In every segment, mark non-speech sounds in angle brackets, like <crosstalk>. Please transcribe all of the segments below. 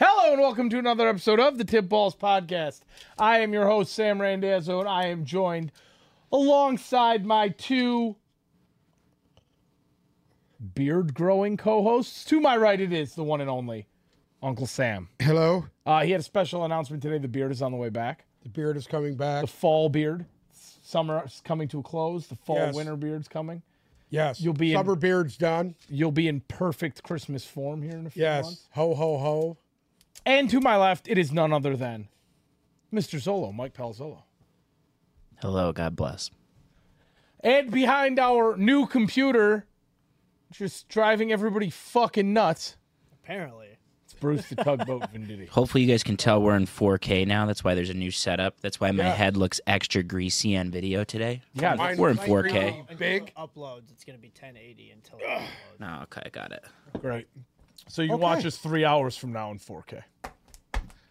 and welcome to another episode of the Tip Balls Podcast. I am your host, Sam Randazzo, and I am joined alongside my two beard growing co hosts. To my right, it is the one and only Uncle Sam. Hello. Uh, he had a special announcement today. The beard is on the way back. The beard is coming back. The fall beard. Summer is coming to a close. The fall Yes. winter beard's coming. yes. you'll be in- Summer beard's done. You'll be in perfect Christmas form here in a few months. Yes. Ho ho ho. And to my left, it is none other than Mr. Zolo, Mike Palzolo. Hello, God bless. And behind our new computer, just driving everybody fucking nuts, Apparently. it's Bruce the Tugboat Venditti. Hopefully, you guys can tell we're in 4K now. That's why there's a new setup. That's why my Yeah. head looks extra greasy on video today. <laughs> Yeah, Mine- We're in mine 4K. really Until Big. it uploads. It's gonna be 1080 until it uploads. No, okay, got it. great. So you can watch Okay. us three hours from now in 4K.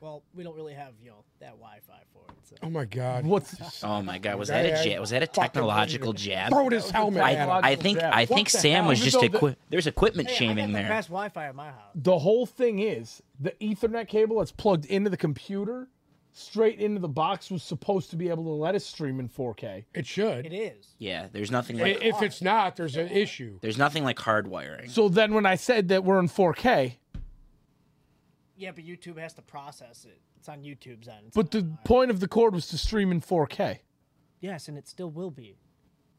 Well, we don't really have you know that Wi-Fi for it. So. Oh my God. What's Oh my God, was that a ja- was that a technological jab? Throw his helmet at him. I, I think I think What the Sam hell? was Even just though the- equi- there's equipment Hey, I got shaming the there. best Wi-Fi at my house. the whole thing is the Ethernet cable that's plugged into the computer straight into the box was supposed to be able to let us stream in 4K. it should. It is. Yeah, there's nothing I- like if it's not, there's an issue. there's nothing like hardwiring. So then when I said that we're in 4K, Yeah, but YouTube has to process it. It's on YouTube's end. It's but not the ours. point of the cord was to stream in 4K. yes, and it still will be.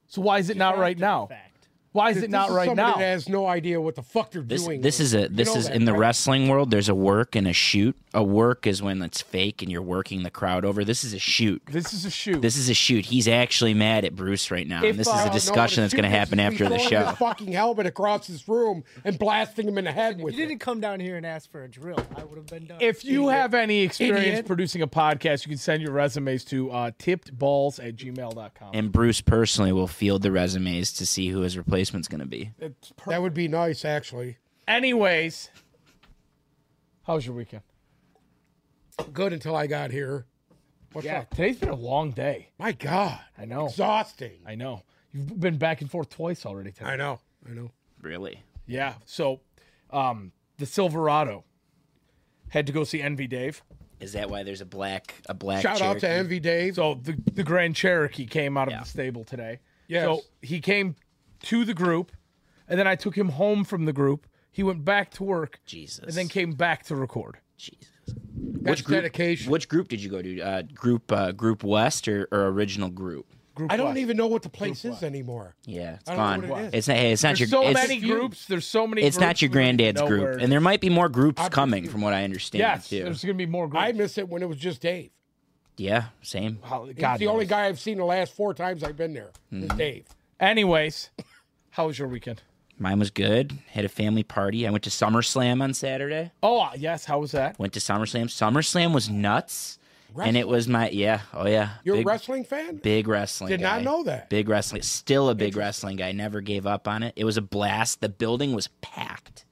So why is it not right After the now? fact. Why is it not is right somebody now? That has no idea what the fuck they're This doing. this is a this know is that, in the right? wrestling world. There's a work and a shoot. A work is when it's fake and you're working the crowd over. This is a shoot. This is a shoot. This is a shoot. He's actually mad at Bruce right now. If, and this uh, is no, a no, discussion that's going to happen after the show. His fucking helmet across his room and blasting him in the head You with it. didn't come down here and ask for a drill. I would have been done. if you have any experience Idiot. producing a podcast, you can send your resumes to uh, tippedballs at gmail.com. And Bruce personally will field the resumes to see who his replacement's going to be. It's per- That would be nice, actually. Anyways, how was your weekend? Good until I got here. What's up? Today's been a long day. My God. I know. Exhausting. I know. You've been back and forth twice already today. I know. I know. Really? Yeah. So, um, the Silverado had to go see Envy Dave. Is that why there's a black a black Shout out to Cherokee? Envy Dave. So the the Grand Cherokee came out of Yeah. the stable today. Yes. So he came to the group, and then I took him home from the group. He went back to work, Jesus. and then came back to record. Jesus. That's group, dedication. Which group did you go to? Uh, group uh, Group West or, or original group? Group I don't West. even know what the place is anymore. Yeah, it's I gone. don't know what it is. It's not. Hey, it's not your. There's so it's, many groups. There's so many. It's not groups, your we don't even granddad's know group, where- and there might be more groups coming, from what I understand. yes, too. there's gonna be more I groups. miss it when it was just Dave. Yeah, same. How- He's God the only knows. guy I've seen the last four times I've been there. is Hmm. Dave. Anyways, how was your weekend? Mine was good. Had a family party. I went to SummerSlam on Saturday. Oh uh, yes, how was that? Went to SummerSlam. SummerSlam was nuts, and it was my yeah, oh yeah, You're big, a wrestling fan? big wrestling. Did guy. not know that. Big wrestling. Still a big wrestling guy. Never gave up on it. It was a blast. The building was packed,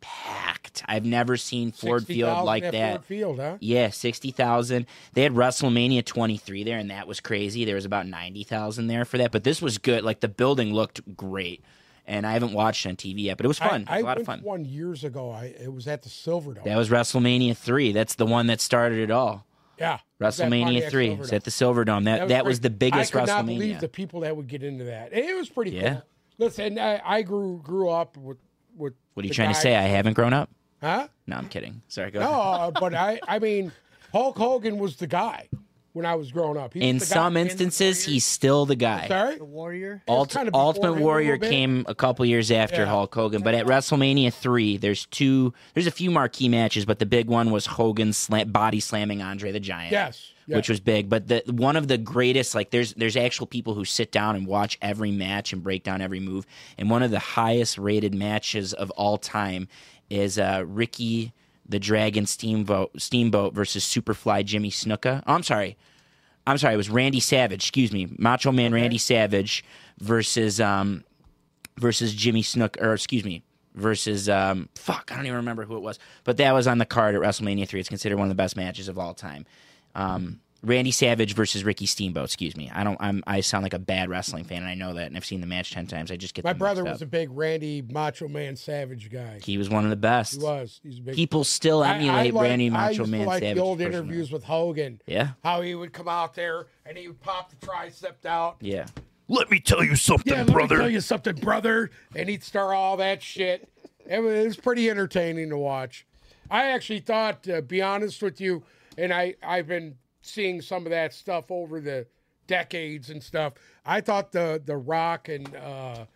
packed. I've never seen Ford 60,000 Field like at that. Ford Field, huh? Yeah, sixty thousand. They had WrestleMania twenty three there, and that was crazy. There was about ninety thousand there for that, but this was good. Like the building looked great, and I haven't watched it on TV yet, but it was fun. I, I it was a lot went of fun. one years ago. I it was at the Silverdome. That was WrestleMania three. That's the one that started it all. yeah, it was at WrestleMania Pontiac three. Silverdome. It's at the Silverdome. That that was, great. the biggest I could not WrestleMania. believe the people that would get into that. It was pretty Yeah. cool. Listen, I, I grew grew up with with. what are you the trying to guy- say? I haven't grown up. Huh? No, I'm kidding. Sorry, go No, ahead. uh, but I I mean, Hulk Hogan was the guy when I was growing up. He was In the guy- some instances, he's still the guy. sorry. the Warrior, Ult- kinda before him Ultimate a little Warrior bit. came a couple years after Yeah. Hulk Hogan, but at WrestleMania three, there's two, there's a few marquee matches, but the big one was Hogan slam, body slamming Andre the Giant, Yes, yes. which was big. But the one of the greatest, like there's there's actual people who sit down and watch every match and break down every move, and one of the highest rated matches of all time is uh, Ricky the Dragon Steamboat Steamboat versus Superfly Jimmy Snuka. Oh, I'm sorry. I'm sorry, it was Randy Savage, excuse me, Macho Man Randy Savage versus um versus Jimmy Snook or excuse me, versus um fuck, I don't even remember who it was. But that was on the card at WrestleMania 3. It's considered one of the best matches of all time. Um Randy Savage versus Ricky Steamboat. Excuse me. I don't. I'm. I sound like a bad wrestling fan, and I know that, and I've seen the match ten times. I just get My them brother mixed was a up. big Randy Macho Man Savage guy. He was one of the best. He was. He's a big. People still I- I emulate like- Randy I Macho used to Man like Savage. the old interviews with Hogan. Yeah. How he would come out there and he would pop the tricep out. Yeah. Let me tell you something, Yeah, let brother. me tell you something, brother. And he'd start all that shit. It was, it was pretty entertaining to watch. I actually thought, to be honest with you, and I, I've been seeing some of that stuff over the decades and stuff. I thought the the Rock and uh,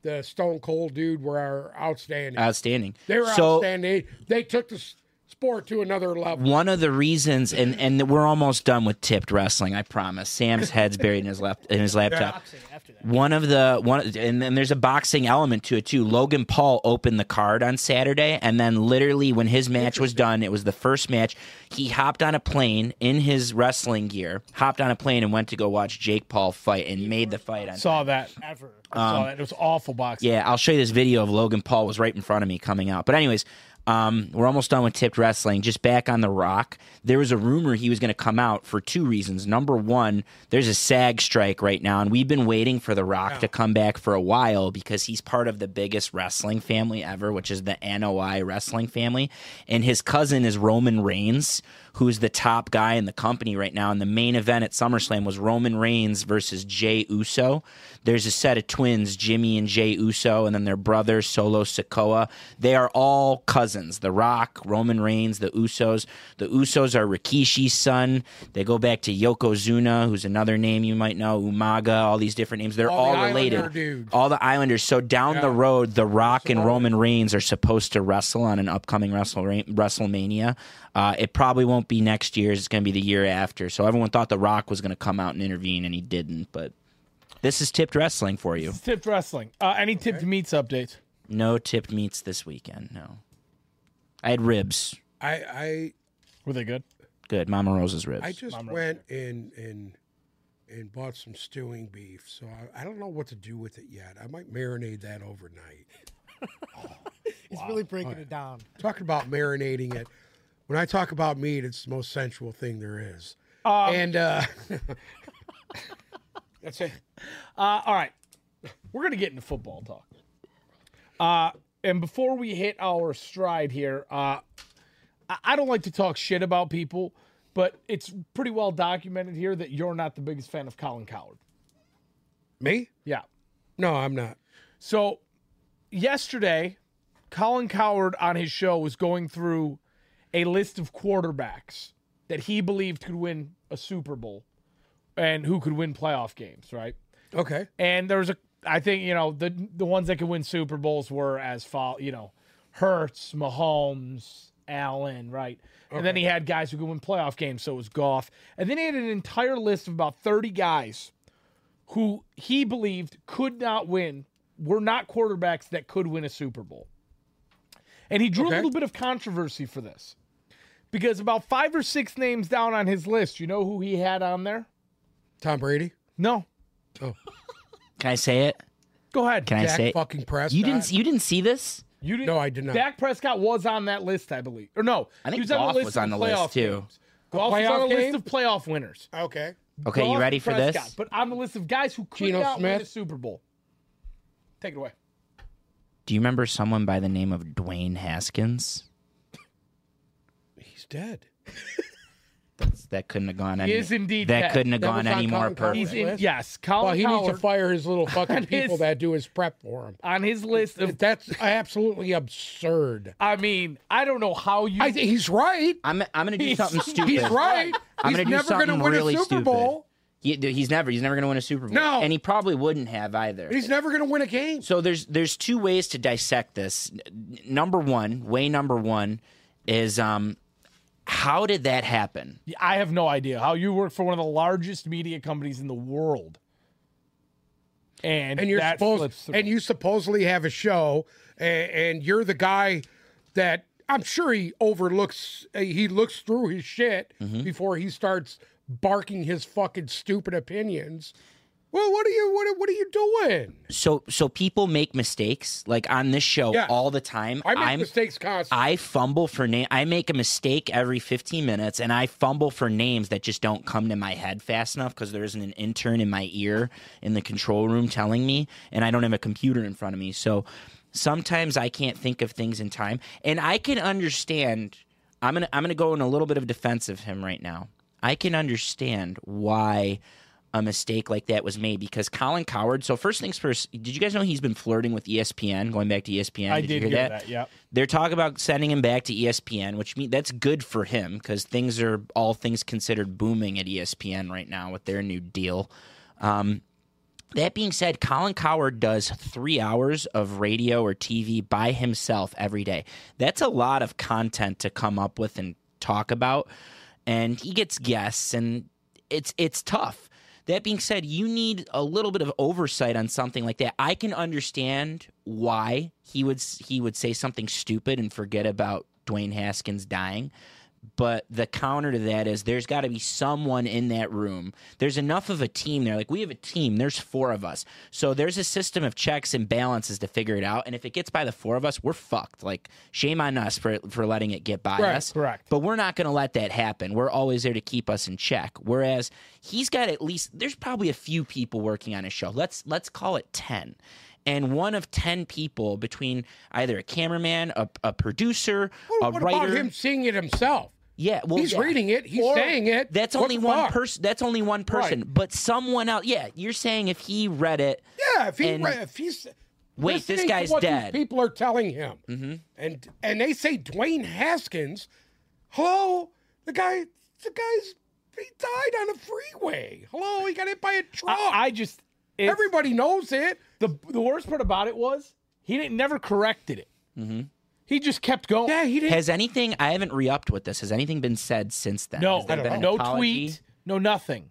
the Stone Cold dude were outstanding. Outstanding. they were so, outstanding. They took the s- sport to another level. one of the reasons and and we're almost done with tipped wrestling i promise sam's head's buried in his lap in his laptop Boxing after that. one of the one and then there's a boxing element to it too logan paul opened the card on saturday and then literally when his match was done it was the first match he hopped on a plane in his wrestling gear hopped on a plane and went to go watch jake paul fight and made the fight on Saw that. Ever. Saw that. It was awful boxing. Um, yeah, I'll show you this video of Logan Paul was right in front of me coming out. But anyways, um, we're almost done with tipped wrestling. Just back on the Rock, there was a rumor he was going to come out for two reasons. Number one, there's a SAG strike right now, and we've been waiting for the Rock to come back for a while because he's part of the biggest wrestling family ever, which is the NOI wrestling family, and his cousin is Roman Reigns, who's the top guy in the company right now. And the main event at SummerSlam was Roman Reigns versus Jay Uso. There's a set of twins, Jimmy and Jay Uso, and then their brother, Solo Sokoa. They are all cousins The Rock, Roman Reigns, the Usos. The Usos are Rikishi's son. They go back to Yokozuna, who's another name you might know, Umaga, all these different names. They're All all, the related. Islander dudes. All the Islanders. So down the road, The Rock and Roman Reigns are supposed to wrestle on an upcoming Wrestle WrestleMania. Uh, it probably won't be next year. It's going to be the year after. So everyone thought The Rock was going to come out and intervene, and he didn't. But this is tipped wrestling for you. Tipped wrestling. Uh, any tipped meats updates? No tipped meats this weekend. No. I had ribs. I, I Were they good? Good. Mama Rose's ribs. I just went and and and bought some stewing beef, so I, I don't know what to do with it yet. I might marinate that overnight. He's really breaking it down. Talking about marinating it, when I talk about meat, it's the most sensual thing there is. Um, and uh, <laughs> that's it. Uh, all right. We're going to get into football talk. Uh, and before we hit our stride here, uh, I, I don't like to talk shit about people, but it's pretty well documented here that you're not the biggest fan of Colin Coward. Me? Yeah. No, I'm not. So yesterday, Colin Coward on his show was going through a list of quarterbacks that he believed could win a Super Bowl and who could win playoff games, right? Okay. And there was a, I think you know the the ones that could win Super Bowls were as follow, you know, Hurts, Mahomes, Allen, right? And then he had guys who could win playoff games, so it was Goff, and then he had an entire list of about thirty guys who he believed could not win, were not quarterbacks that could win a Super Bowl. And he drew Okay. a little bit of controversy for this. Because about five or six names down on his list, you know who he had on there? Tom Brady. No. Can I say it? Go ahead. Can I Dak say it? fucking Prescott. You didn't, you didn't see this? You didn't, No, I did not. Dak Prescott was on that list, I believe. Or no, I think he was on Goff the list was of on the list, playoff too. games. Goff was Playoff on a game? list of playoff winners. Okay. Okay, you Goff, ready for Prescott, this? But on the list of guys who could Geno not win Smith? the Super Bowl. Take it away. Do you remember someone by the name of Dwayne Haskins? He's dead. That couldn't have gone He any. is indeed that dead. couldn't have That gone was on any more Colin Coward. perfect. He's in List? yes, Colin Well, he needs Coward to fire his little <laughs> fucking That is- people that do his prep for him. on his list of. That's absolutely absurd. I mean, I don't know how you. I, he's right. I'm, I'm gonna do He's- something stupid. He's right. I'm he's gonna do never something gonna win really a Super stupid. Bowl. He, he's never. He's never gonna win a Super Bowl. No. and he probably wouldn't have either. But he's never going to win a game. So there's there's two ways to dissect this. N- Number one, way number one, is um, how did that happen? I have no idea how you work for one of the largest media companies in the world, and And you're that slips supposed through. and you supposedly have a show, and, and you're the guy that I'm sure he overlooks. uh, He looks through Mm-hmm. his shit before he starts barking his fucking stupid opinions. Well, what are you what are, what are you doing? So so people make mistakes like on this show Yeah. all the time. I make I'm- mistakes constantly. I fumble for name. I make a mistake every 15 minutes, and I fumble for names that just don't come to my head fast enough because there isn't an intern in my ear in the control room telling me, and I don't have a computer in front of me. So sometimes I can't think of things in time, and I can understand. I'm gonna I'm gonna go in a little bit of defense of him right now. I can understand why a mistake like that was made because Colin Coward. So first things first, did you guys know he's been flirting with E ESPN? Going back to ESPN, I you did hear hear that, yeah. they're talking about sending him back to E ESPN, which means that's good for him because things are all things considered booming at E ESPN right now with their new deal. Um, that being said, Colin Coward does three hours of radio or TV by himself every day. That's a lot of content to come up with and talk about, and he gets guests, and it's it's tough. That being said, you need a little bit of oversight on something like that. I can understand why he would s- he would say something stupid and forget about Dwayne Haskins dying. But the counter to that is there's got to be someone in that room. There's enough of a team there. Like we have a team, there's four of us. So there's a system of checks and balances to figure it out. And if it gets by the four of us, we're fucked. Like shame on us for for letting it get by Right, us. correct. But we're not going to let that happen. We're always there to keep us in check. Whereas he's got at least there's probably a few people working on his show. Let's let's call it 10. And one of 10 people between either a cameraman, a, a producer, What, a what writer. about him seeing it himself? Yeah, well, He's yeah. reading it. He's saying it. That's What only the one fuck? person. That's only one person. But someone else. Yeah, you're saying if he read it, Yeah, if he And- re- if he's Wait, this listening to guy's what these dead. Mm-hmm. people are telling him, and and they say Dwayne Haskins. Hello, the guy, the guy's he died on a freeway. Hello, he got hit by a truck. I, I just it's- Everybody knows it. the the worst part about it was he didn't never corrected it. Mm-hmm. He just kept going. Yeah, he didn't. has anything? I haven't re-upped with this. Has anything been said since then? no, Has there been an no apology? tweet, no nothing.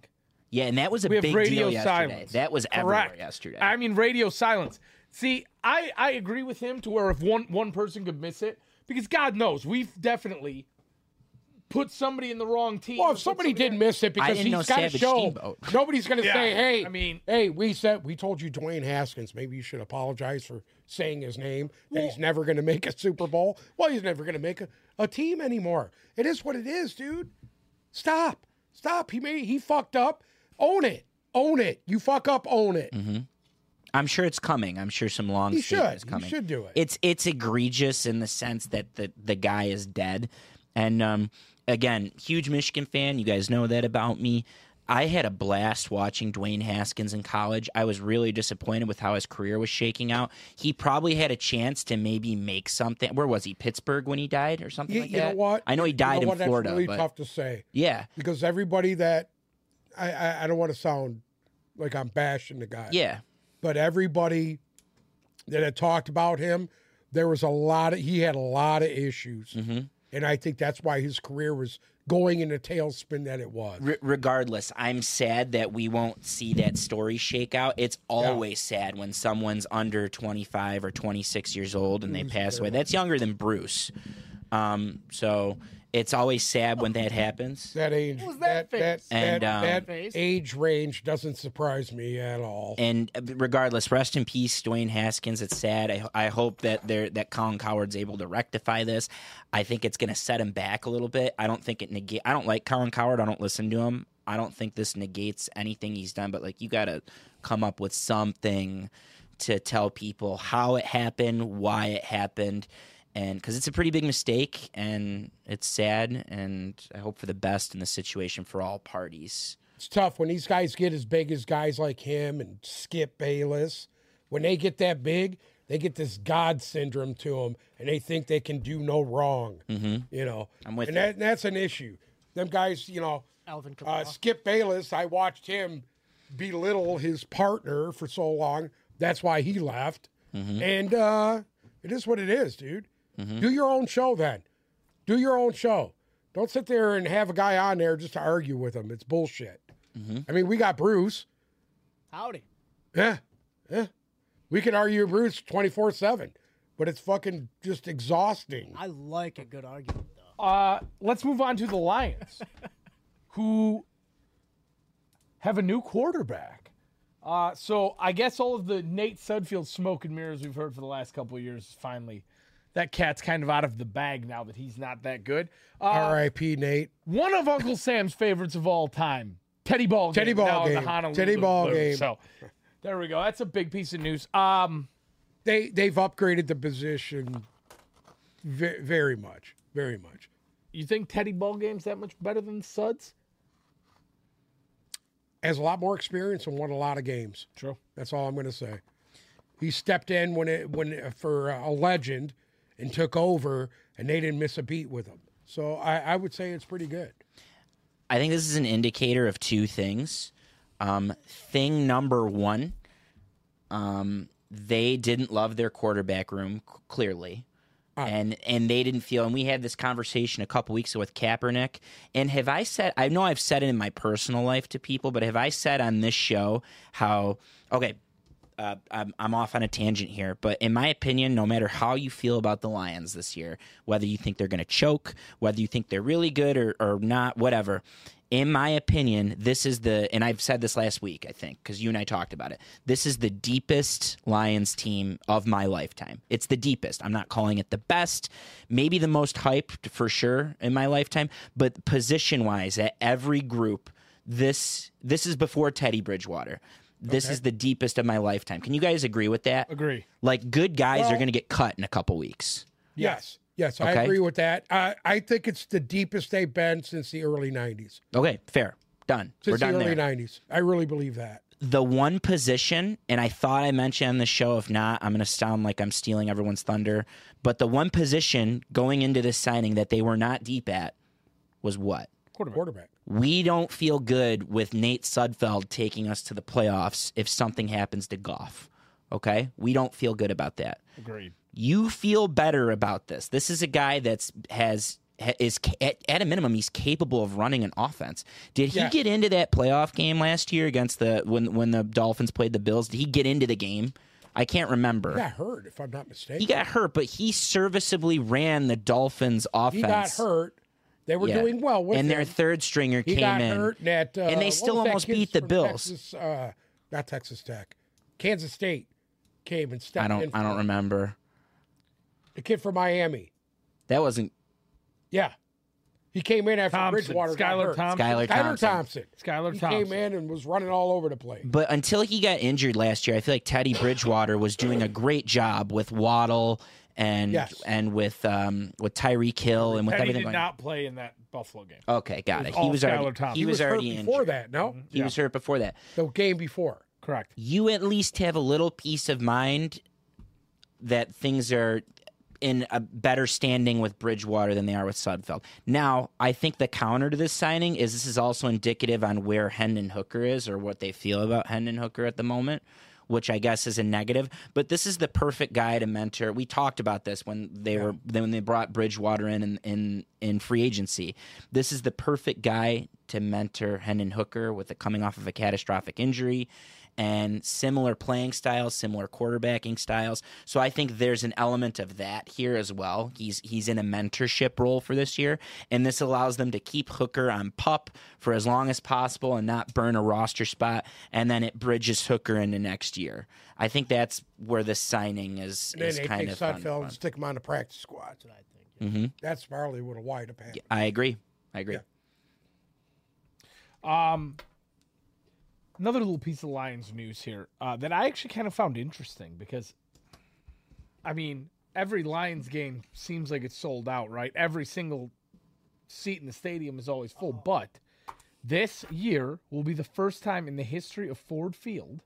Yeah, and that was a We have big radio deal yesterday. silence. That was everywhere Correct. yesterday. I mean, radio silence. See, I, I agree with him to where if one, one person could miss it, because God knows we've definitely put somebody in the wrong team. well, or if put somebody somebody did miss it because didn't know he's got a Savage show, Steamboat. nobody's going to say, "Hey, I mean- hey, we said we told you Dwayne Haskins. Maybe you should apologize for saying his name. That he's never going to make a Super Bowl. Well, he's never going to make a, a team anymore. It is what it is, dude. Stop, stop. He made he fucked up. Own it, own it. You fuck up, own it. Mm-hmm. I'm sure it's coming. I'm sure some long He statement should. is He coming. should do it. It's it's egregious in the sense that the the guy is dead, and um, again, huge Michigan fan. You guys know that about me. I had a blast watching Dwayne Haskins in college. I was really disappointed with how his career was shaking out. He probably had a chance to maybe make something. Where was he? Pittsburgh when he died or something You, like you that. know what? I know he You died what? in Florida, That's really but tough to say. yeah, because everybody that I, I, I don't want to sound like I'm bashing the guy, yeah, but everybody that had talked about him, there was a lot of he had a lot of issues, Mm-hmm. and I think that's why his career was going in the tailspin that it was. R- regardless, I'm sad that we won't see that story shake out. It's always sad when someone's under 25 or 26 years old and they pass away. That's younger than Bruce. Um, so it's always sad when that happens. That age, was that that, face? And, that- um, that Face. age range doesn't surprise me at all. And uh, regardless, rest in peace, Dwayne Haskins. It's sad. I, I hope that there that Colin Coward's able to rectify this. I think it's going to set him back a little bit. I don't think it negate. I don't like Colin Coward. I don't listen to him. I don't think this negates anything he's done. But like, you got to come up with something to tell people how it happened, why it happened. And because it's a pretty big mistake and it's sad, and I hope for the best in the situation for all parties. it's tough when these guys get as big as guys like him and Skip Bayless. When they get that big, they get this God syndrome to them, and they think they can do no wrong. You know, Mm-hmm. I'm with and you. that, that's an issue. Them guys, you know, Alvin uh, Kamara. Skip Bayless. I watched him belittle his partner for so long. That's why he left. And uh, it is what it is, dude. Do your own show then. Do your own show. Don't sit there and have a guy on there just to argue with him. It's bullshit. I mean, we got Bruce. Howdy. Yeah. Yeah. We could argue Bruce 24 7, but it's fucking just exhausting. I like a good argument though. Uh, let's move on to the <laughs> Lions, who have a new quarterback. Uh, so I guess all of the Nate Sudfield smoke and mirrors we've heard for the last couple of years, finally, that cat's kind of out of the bag now that he's not that good. Uh, R.I.P. Nate. one of Uncle <laughs> Sam's favorites of all time, Teddy Ball. Teddy Game, now Ball in the Game. Honolulu Teddy Ball Blue. Game. So there we go. That's a big piece of news. Um, They they've upgraded the position very, very much, very much. you think Teddy Ball Game's that much better than Suds? Has a lot more experience and won a lot of games. True. That's all I'm going to say. He stepped in when it when for a legend and took over, and they didn't miss a beat with him. So I, I would say it's pretty good. I think this is an indicator of two things. Um, thing number one, um, they didn't love their quarterback room c- clearly, and and they didn't feel. And we had this conversation a couple weeks ago with Kaepernick. And have I said? I know I've said it in my personal life to people, but have I said on this show how okay? Uh, I'm, I'm off on a tangent here, but in my opinion, no matter how you feel about the Lions this year, whether you think they're going to choke, whether you think they're really good or, or not, whatever, in my opinion, this is the, and I've said this last week, I think, because you and I talked about it. This is the deepest Lions team of my lifetime. It's the deepest. I'm not calling it the best, maybe the most hyped for sure in my lifetime, but position wise, at every group, this this is before Teddy Bridgewater. This is the deepest of my lifetime. Can you guys agree with that? Agree. Like good guys are Well- going to get cut in a couple weeks. Yes, yes, I Okay. agree with that. I I think it's the deepest they've been since the early '90s. Okay, fair. Done. We're Since the done early there. '90s, I really believe that. the one position, and I thought I mentioned on the show. If not, I'm going to sound like I'm stealing everyone's thunder. But the one position going into this signing that they were not deep at was what? Quarterback. We don't feel good with Nate Sudfeld taking us to the playoffs if something happens to Goff. Okay? We don't feel good about that Agreed. you feel better about this. This is a guy that's has ha- is ca- at, at a minimum he's capable of running an offense. Did he Yeah. get into that playoff game last year against the when when the Dolphins played the Bills? Did he get into the game? I can't remember. He got hurt, if I'm not mistaken. He got hurt, but he serviceably ran the Dolphins offense. He got hurt. They were Yeah. doing well with and him. their third stringer he came got in. hurt. And, at, uh, And they what still was that almost kid beat the from Bills. Texas, uh, not Texas Tech, Kansas State came and stepped I in. don't for I don't him. remember. The kid from Miami. That wasn't Yeah, he came in after Thompson. Bridgewater got Skylar hurt. Thompson. Skylar Skylar Thompson. Thompson. Skylar He Thompson. came in and was running all over the place. But until he got injured last year, I feel like Teddy Bridgewater was doing a great job with Waddle and Yes. and with um with Tyreek Hill and with Teddy everything did going. not play in that Buffalo game. okay, got it. was He all was Skylar already Thompson. he, He was, hurt already before injured. that. Mm-hmm. No, He was hurt before that. the game before. Correct. You at least have a little peace of mind that things are in a better standing with Bridgewater than they are with Sudfeld. Now, I think the counter to this signing is this is also indicative on where Hendon Hooker is or what they feel about Hendon Hooker at the moment, which I guess is a negative. But this is the perfect guy to mentor. We talked about this when they were when they brought Bridgewater in, in in in free agency. This is the perfect guy to mentor Hendon Hooker with the coming off of a catastrophic injury and similar playing styles, similar quarterbacking styles. So I think there's an element of that here as well. He's he's in a mentorship role for this year, and this allows them to keep Hooker on pup for as long as possible and not burn a roster spot, and then it bridges Hooker into next year. I think that's where this signing is And then is they kind take of fun. Mm-hmm. Sudfeld and stick him on the practice squad. That's what I think. That's probably what a wide up happened. I agree. I agree. Um, another little piece of Lions news here uh, that I actually kind of found interesting because, I mean, every Lions game seems like it's sold out, right? Every single seat in the stadium is always full, but this year will be the first time in the history of Ford Field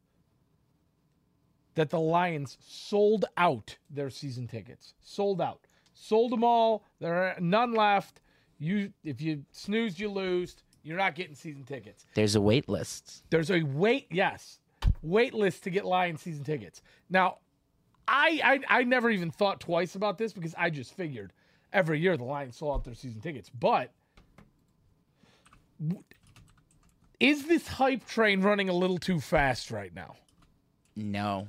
that the Lions sold out their season tickets. Sold out. Sold them all. There are none left. You if you snooze, you lose. You're not getting season tickets. There's a wait list. There's a wait, yes, wait list to get Lions season tickets. Now, I, I I never even thought twice about this because I just figured every year the Lions sold out their season tickets. But w- is this hype train running a little too fast right now? No.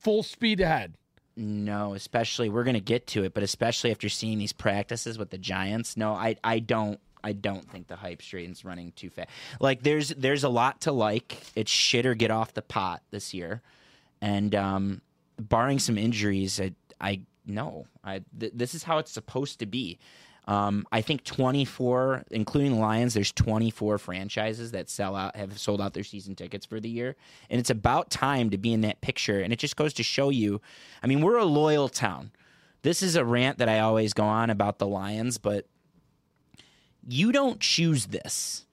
Full speed ahead. No, especially we're going to get to it, but especially after seeing these practices with the Giants, no, I I don't I don't think the hype train's running too fast. Like there's there's a lot to like. It's shit or get off the pot this year, and um, barring some injuries, I I no, I th- this is how it's supposed to be. Um, I think 24, including the Lions, there's 24 franchises that sell out, have sold out their season tickets for the year. And it's about time to be in that picture. And it just goes to show you I mean, we're a loyal town. This is a rant that I always go on about the Lions, but you don't choose this.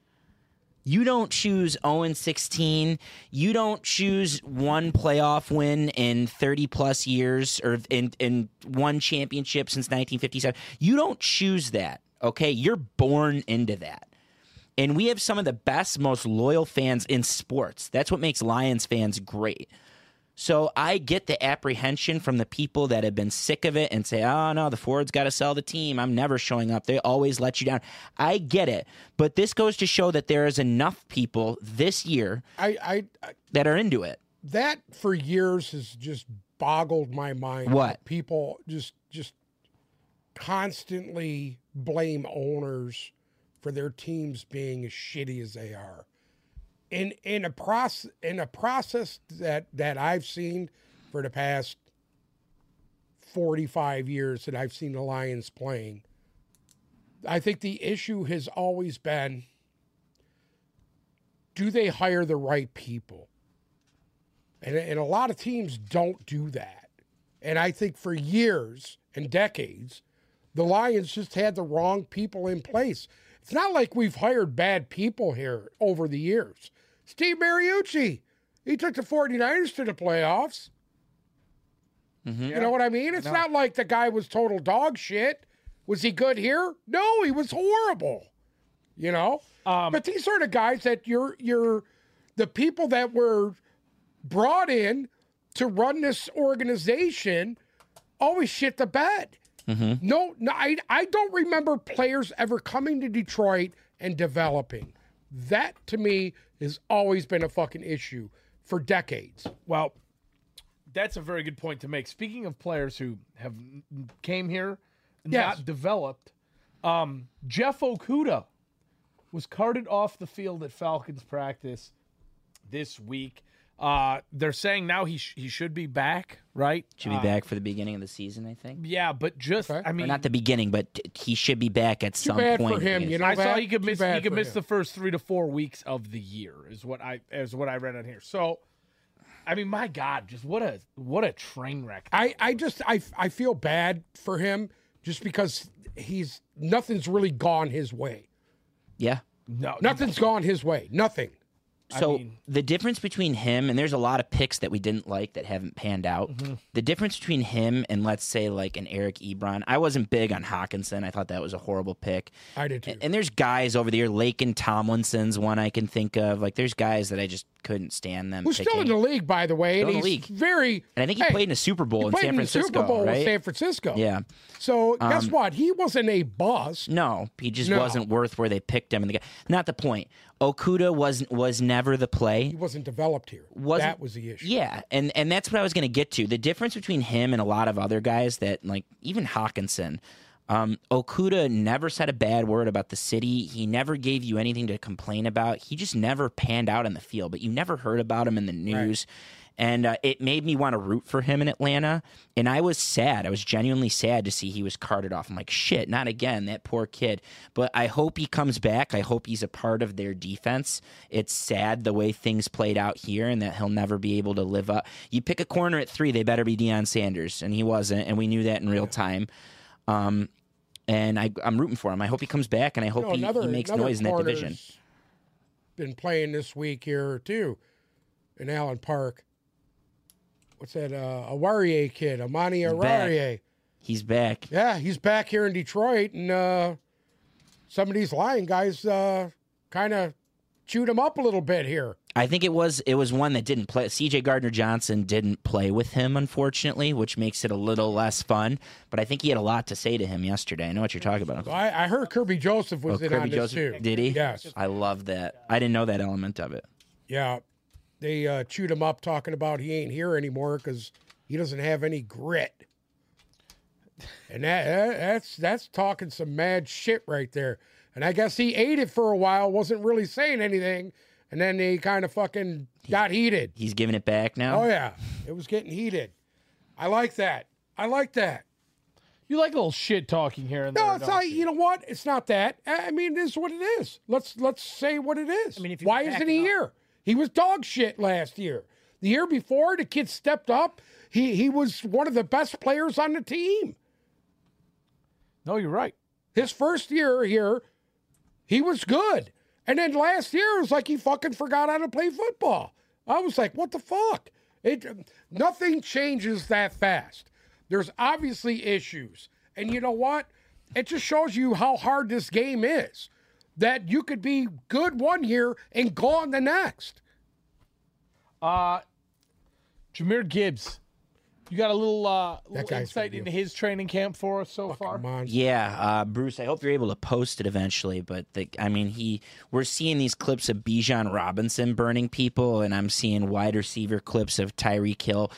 You don't choose 0 and 16. You don't choose one playoff win in 30 plus years or in, in one championship since 1957. You don't choose that, okay? You're born into that. And we have some of the best, most loyal fans in sports. That's what makes Lions fans great. So I get the apprehension from the people that have been sick of it and say, oh no, the Fords got to sell the team. I'm never showing up. They always let you down. I get it. But this goes to show that there is enough people this year I, I, I that are into it. that for years has just boggled my mind. What? people just just constantly blame owners for their teams being as shitty as they are. In in a process in a process that that I've seen for the past 45 years that I've seen the Lions playing, I think the issue has always been do they hire the right people? And, and a lot of teams don't do that. And I think for years and decades, the Lions just had the wrong people in place. It's not like we've hired bad people here over the years. Steve Mariucci, he took the 49ers to the playoffs. You know what Mm-hmm. I mean? It's not like the guy was total dog shit. Was he good here? No, he was horrible. You know? Um, but these are the guys that you're you're the people that were brought in to run this organization always shit the bed. Mm-hmm. No, no, I, I don't remember players ever coming to Detroit and developing. That to me has always been a fucking issue for decades. Well, that's a very good point to make. Speaking of players who have n- n- came here, Yes. not developed, um, Jeff Okuda was carted off the field at Falcons practice this week. Uh, they're saying now he sh- he should be back, right? Should Ah. be back for the beginning of the season, I think. Yeah, but just Okay. I Or mean, not the beginning, but t- he should be back at some bad point. for him, you know. I saw bad- he could too miss he bad could for miss him. the first three to four weeks of the year is what I is what I read on here. So, I mean, my God, just what a what a train wreck. I, I just I, I feel bad for him just because he's nothing's really gone his way. Yeah. no, Nothing's gone his way. Nothing. So mean- the difference between him and there's a lot of picks that we didn't like that haven't panned out. Mm-hmm. The difference between him and let's say like an Eric Ebron, I wasn't big on Hawkinson. I thought that was a horrible pick. I did too. And there's guys over there, Lake and Tomlinson's one I can think of. Like there's guys that I just couldn't stand them. Who's still picking. in the league, by the way, and Still in he's the league. very and I think he hey, played in a Super Bowl in played San in the Francisco, Super Bowl right? with San Francisco. yeah. Um, So guess what? He wasn't a bust. No, he just No. wasn't worth where they picked him. And the guy, not the point. Okuda was was never the play. He wasn't developed here. Wasn't- that was the issue. Yeah, and and that's what I was going to get to. The difference between him and a lot of other guys that like even Hawkinson, um, Okuda never said a bad word about the city. He never gave you anything to complain about. He just never panned out on the field, but you never heard about him in the news. And uh, it made me want to root for him in Atlanta. And I was sad. I was genuinely sad to see he was carted off. I'm like, shit, not again, that poor kid. But I hope he comes back. I hope he's a part of their defense. It's sad the way things played out here and that he'll never be able to live up. You pick a corner at three, they better be Deion Sanders. And he wasn't. And we knew that in real time. Um, and I, I'm rooting for him. I hope he comes back and I hope No, he, he makes noise in that division. corner's Been playing this week here too, in Allen Park. What's that? Uh, Awarie kid, Amani back. Awarie. He's back. Yeah, he's back here in Detroit, and uh, some of these Lion guys uh, kind of chewed him up a little bit here. I think it was it was one that didn't play. C.J. Gardner Johnson didn't play with him, unfortunately, which makes it a little less fun. But I think he had a lot to say to him yesterday. I know what you're talking about. Uncle. I, I heard Kirby Joseph was in on Oh, Kirby this Joseph too. did he? Yes. I love that. I didn't know that element of it. Yeah, they uh, chewed him up talking about he ain't here anymore because he doesn't have any grit. And that, that that's that's talking some mad shit right there. And I guess he ate it for a while, wasn't really saying anything, and then he kind of fucking got heated. He's giving it back now. Oh yeah, it was getting heated. I like that. I like that. You like a little shit talking here and there. No, it's don't not. you? You know what? It's not that. I I mean, it is what it is. Let's let's say what it is. I mean, if you why back isn't it he up- here? He was dog shit last year. The year before, the kid stepped up. He he was one of the best players on the team. No, you're right. His first year here, he was good. And then last year, it was like he fucking forgot how to play football. I was like, what the fuck? It nothing changes that fast. There's obviously issues, and you know what? It just shows you how hard this game is. That you could be good one year and gone the next. Uh Jameer Gibbs. You got a little uh little guy's insight gonna into be his training camp for us so far? Come on. Yeah, uh, Bruce. I hope you're able to post it eventually. But the, I mean, he we're seeing these clips of Bijan Robinson burning people, and I'm seeing wide receiver clips of Tyreek Hill.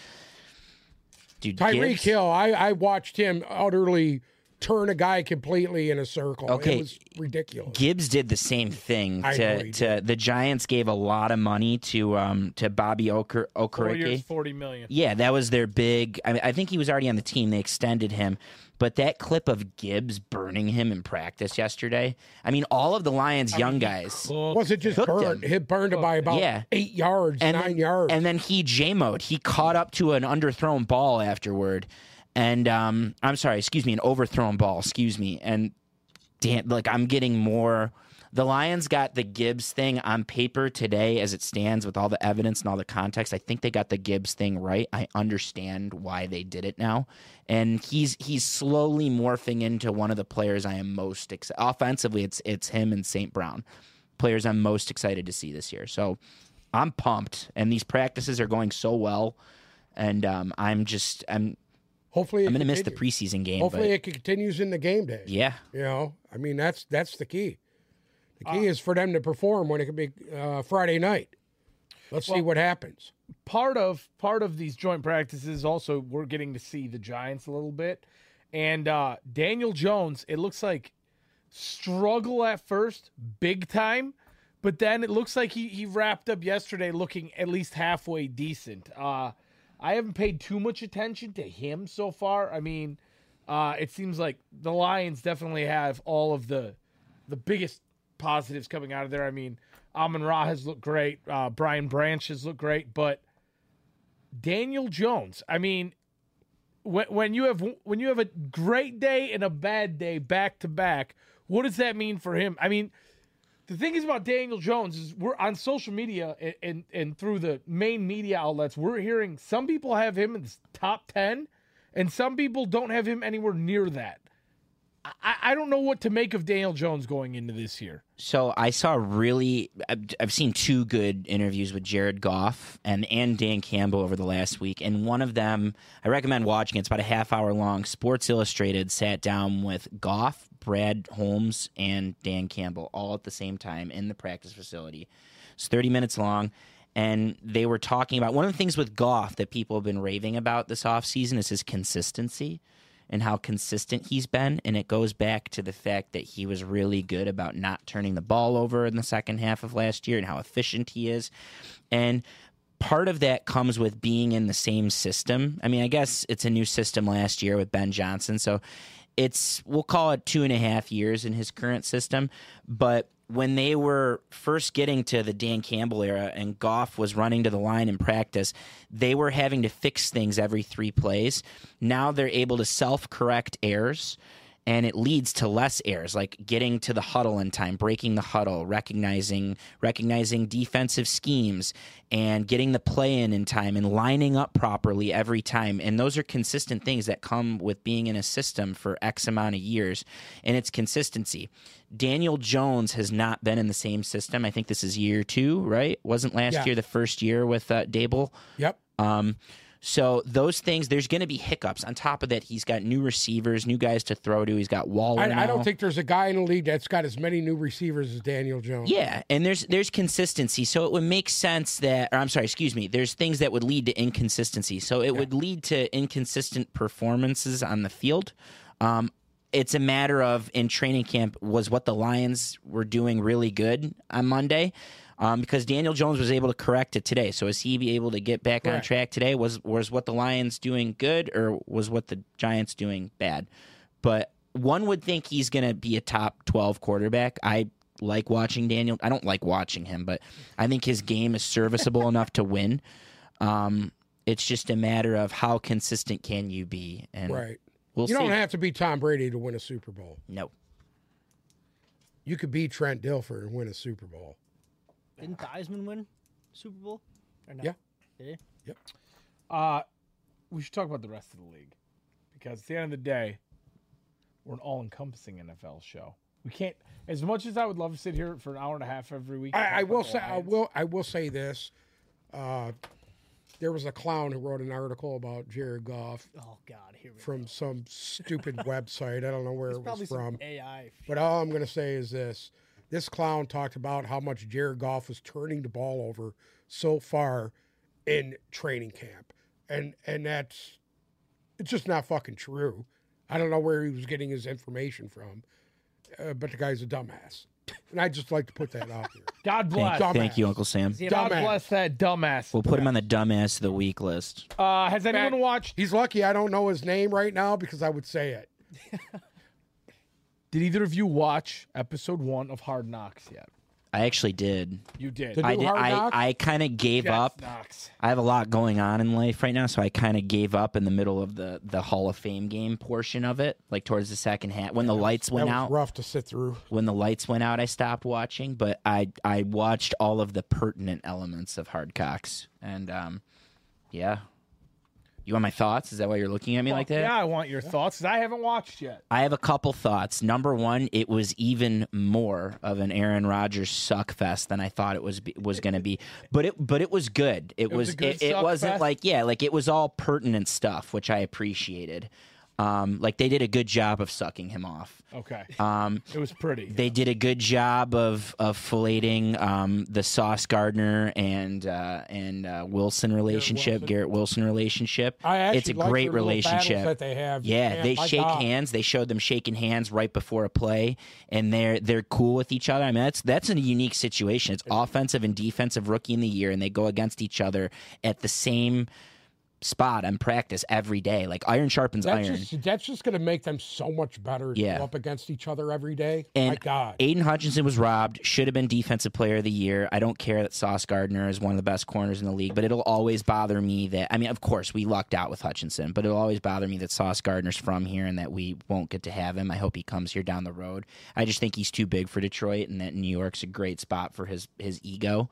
Dude, Tyreek Gibbs- Hill, I, I watched him utterly turn a guy completely in a circle. Okay. It was ridiculous. Gibbs did the same thing I know to, he to the Giants gave a lot of money to um to Bobby Oker, Four years, Okereke. forty million. Yeah, that was their big. I mean, I think he was already on the team. They extended him, but that clip of Gibbs burning him in practice yesterday. I mean, all of the Lions young guys. Was it just Cooked burned? him. It burned by about Yeah. eight yards, and nine then, yards. And then he J mode. He caught up to an underthrown ball afterward, and um, I'm sorry, excuse me, an overthrown ball, excuse me. And damn, like I'm getting more. The Lions got the Gibbs thing on paper today, as it stands, with all the evidence and all the context. I think they got the Gibbs thing right. I understand why they did it now, and he's he's slowly morphing into one of the players I am most excited. Offensively, it's it's him and St. Brown, players I'm most excited to see this year. So I'm pumped, and these practices are going so well, and um, I'm just I'm hopefully, it I'm gonna miss the continues. preseason game. Hopefully, it continues in the game day. but yeah, You know, I mean, that's that's the key. The key is for them to perform when it could be uh, Friday night. Let's see what happens. part of part of these joint practices also we're getting to see the Giants a little bit. And uh Daniel Jones, it looks like struggle at first, big time, but then it looks like he he wrapped up yesterday looking at least halfway decent. Uh I haven't paid too much attention to him so far. I mean, uh it seems like the Lions definitely have all of the the biggest positives coming out of there. I mean, Amon Ra has looked great. Uh, Brian Branch has looked great, but Daniel Jones. I mean, when, when you have when you have a great day and a bad day back to back, what does that mean for him? I mean, the thing is about Daniel Jones is we're on social media and and, and through the main media outlets, we're hearing some people have him in the top ten, and some people don't have him anywhere near that. I- I, I don't know what to make of Daniel Jones going into this year. So I saw really, I've I've seen two good interviews with Jared Goff and and Dan Campbell over the last week, and one of them I recommend watching. It's about a half hour long. Sports Illustrated sat down with Goff, Brad Holmes, and Dan Campbell all at the same time in the practice facility. It's thirty minutes long. And they were talking about one of the things with Goff that people have been raving about this offseason is his consistency and how consistent he's been. And it goes back to the fact that he was really good about not turning the ball over in the second half of last year and how efficient he is. And part of that comes with being in the same system. I mean, I guess it's a new system last year with Ben Johnson. So it's, we'll call it two and a half years in his current system. But when they were first getting to the Dan Campbell era and Goff was running to the line in practice, they were having to fix things every three plays. Now they're able to self correct errors and it leads to less errors like getting to the huddle in time breaking the huddle recognizing recognizing defensive schemes and getting the play in in time and lining up properly every time and those are consistent things that come with being in a system for x amount of years and it's consistency daniel jones has not been in the same system i think this is year two right wasn't last Yeah. year the first year with uh, dable Yep. um, so those things, there's going to be hiccups. On top of that, he's got new receivers, new guys to throw to. He's got Waller. I, I now. don't think there's a guy in the league that's got as many new receivers as Daniel Jones. Yeah, and there's there's consistency, so it would make sense that, or I'm sorry, excuse me. There's things that would lead to inconsistency, so it would lead to inconsistent performances on the field. Um, it's a matter of in training camp was what the Lions were doing really good on Monday, um, because Daniel Jones was able to correct it today. So is he be able to get back on Correct. track today? Was was what the Lions doing good or was what the Giants doing bad? But one would think he's going to be a top twelve quarterback. I like watching Daniel. I don't like watching him, but I think his game <laughs> is serviceable enough to win. Um, it's just a matter of how consistent can you be, and Right. we'll you see. don't have to be Tom Brady to win a Super Bowl. no. You could be Trent Dilfer and win a Super Bowl. Didn't Theismann win Super Bowl? Or no? Yeah. Did he? Uh, we should talk about the rest of the league because at the end of the day, we're an all-encompassing NFL show. We can't. As much as I would love to sit here for an hour and a half every week, and talk I, I about will the say I Lions, will I will say this. Uh, there was a clown who wrote an article about Jared Goff Oh God, here we go. from some stupid website. I don't know where It's it was probably from. <laughs> some AI. sh- But all I'm going to say is this: this clown talked about how much Jared Goff was turning the ball over so far in training camp, and and that's it's just not fucking true. I don't know where he was getting his information from, uh, but the guy's a dumbass, <laughs> and I just like to put that out there. God bless. Dumbass. Thank you, Uncle Sam. Is he a- God dumbass. bless that dumbass. We'll put him on the dumbass of the week list. Uh, has anyone watched? He's lucky I don't know his name right now because I would say it. Did either of you watch episode one of Hard Knocks yet? I actually did. You did. The I new did. Hard I, Knocks? I kind of gave Jack up. Knocks. I have a lot going on in life right now, so I kind of gave up in the middle of the the Hall of Fame game portion of it, like towards the second half when the lights That went was out. rough to sit through. When the lights went out, I stopped watching, but I I watched all of the pertinent elements of Hardcocks, and um, yeah. You want my thoughts? Is that why you're looking at me like that? Yeah, I want your thoughts 'cause I haven't watched yet. I have a couple thoughts. Number one, it was even more of an Aaron Rodgers suck fest than I thought it was be, was going to be, but it but it was good. It, was was, a good it, it suck wasn't fest? like yeah, like it was all pertinent stuff, which I appreciated. Um, like they did a good job of sucking him off. Okay. Um, it was pretty. they did a good job of of filleting um, the Sauce Gardner and uh, and uh, Wilson relationship, Wilson. Garrett Wilson relationship. I actually it's a like great their little battles relationship that they have. yeah, Man, they my shake God. hands. They showed them shaking hands right before a play, and they're they're cool with each other. I mean, that's that's a unique situation. It's offensive and defensive rookie in the year, and they go against each other at the same spot on practice every day. Like iron sharpens That's iron. just, that's just going to make them so much better to Yeah. go up against each other every day. And My God. Aiden Hutchinson was robbed. Should have been defensive player of the year. I don't care that Sauce Gardner is one of the best corners in the league, but it'll always bother me that I mean, of course, we lucked out with Hutchinson, but it'll always bother me that Sauce Gardner's from here and that we won't get to have him. I hope he comes here down the road. I just think he's too big for Detroit, and that New York's a great spot for his his ego.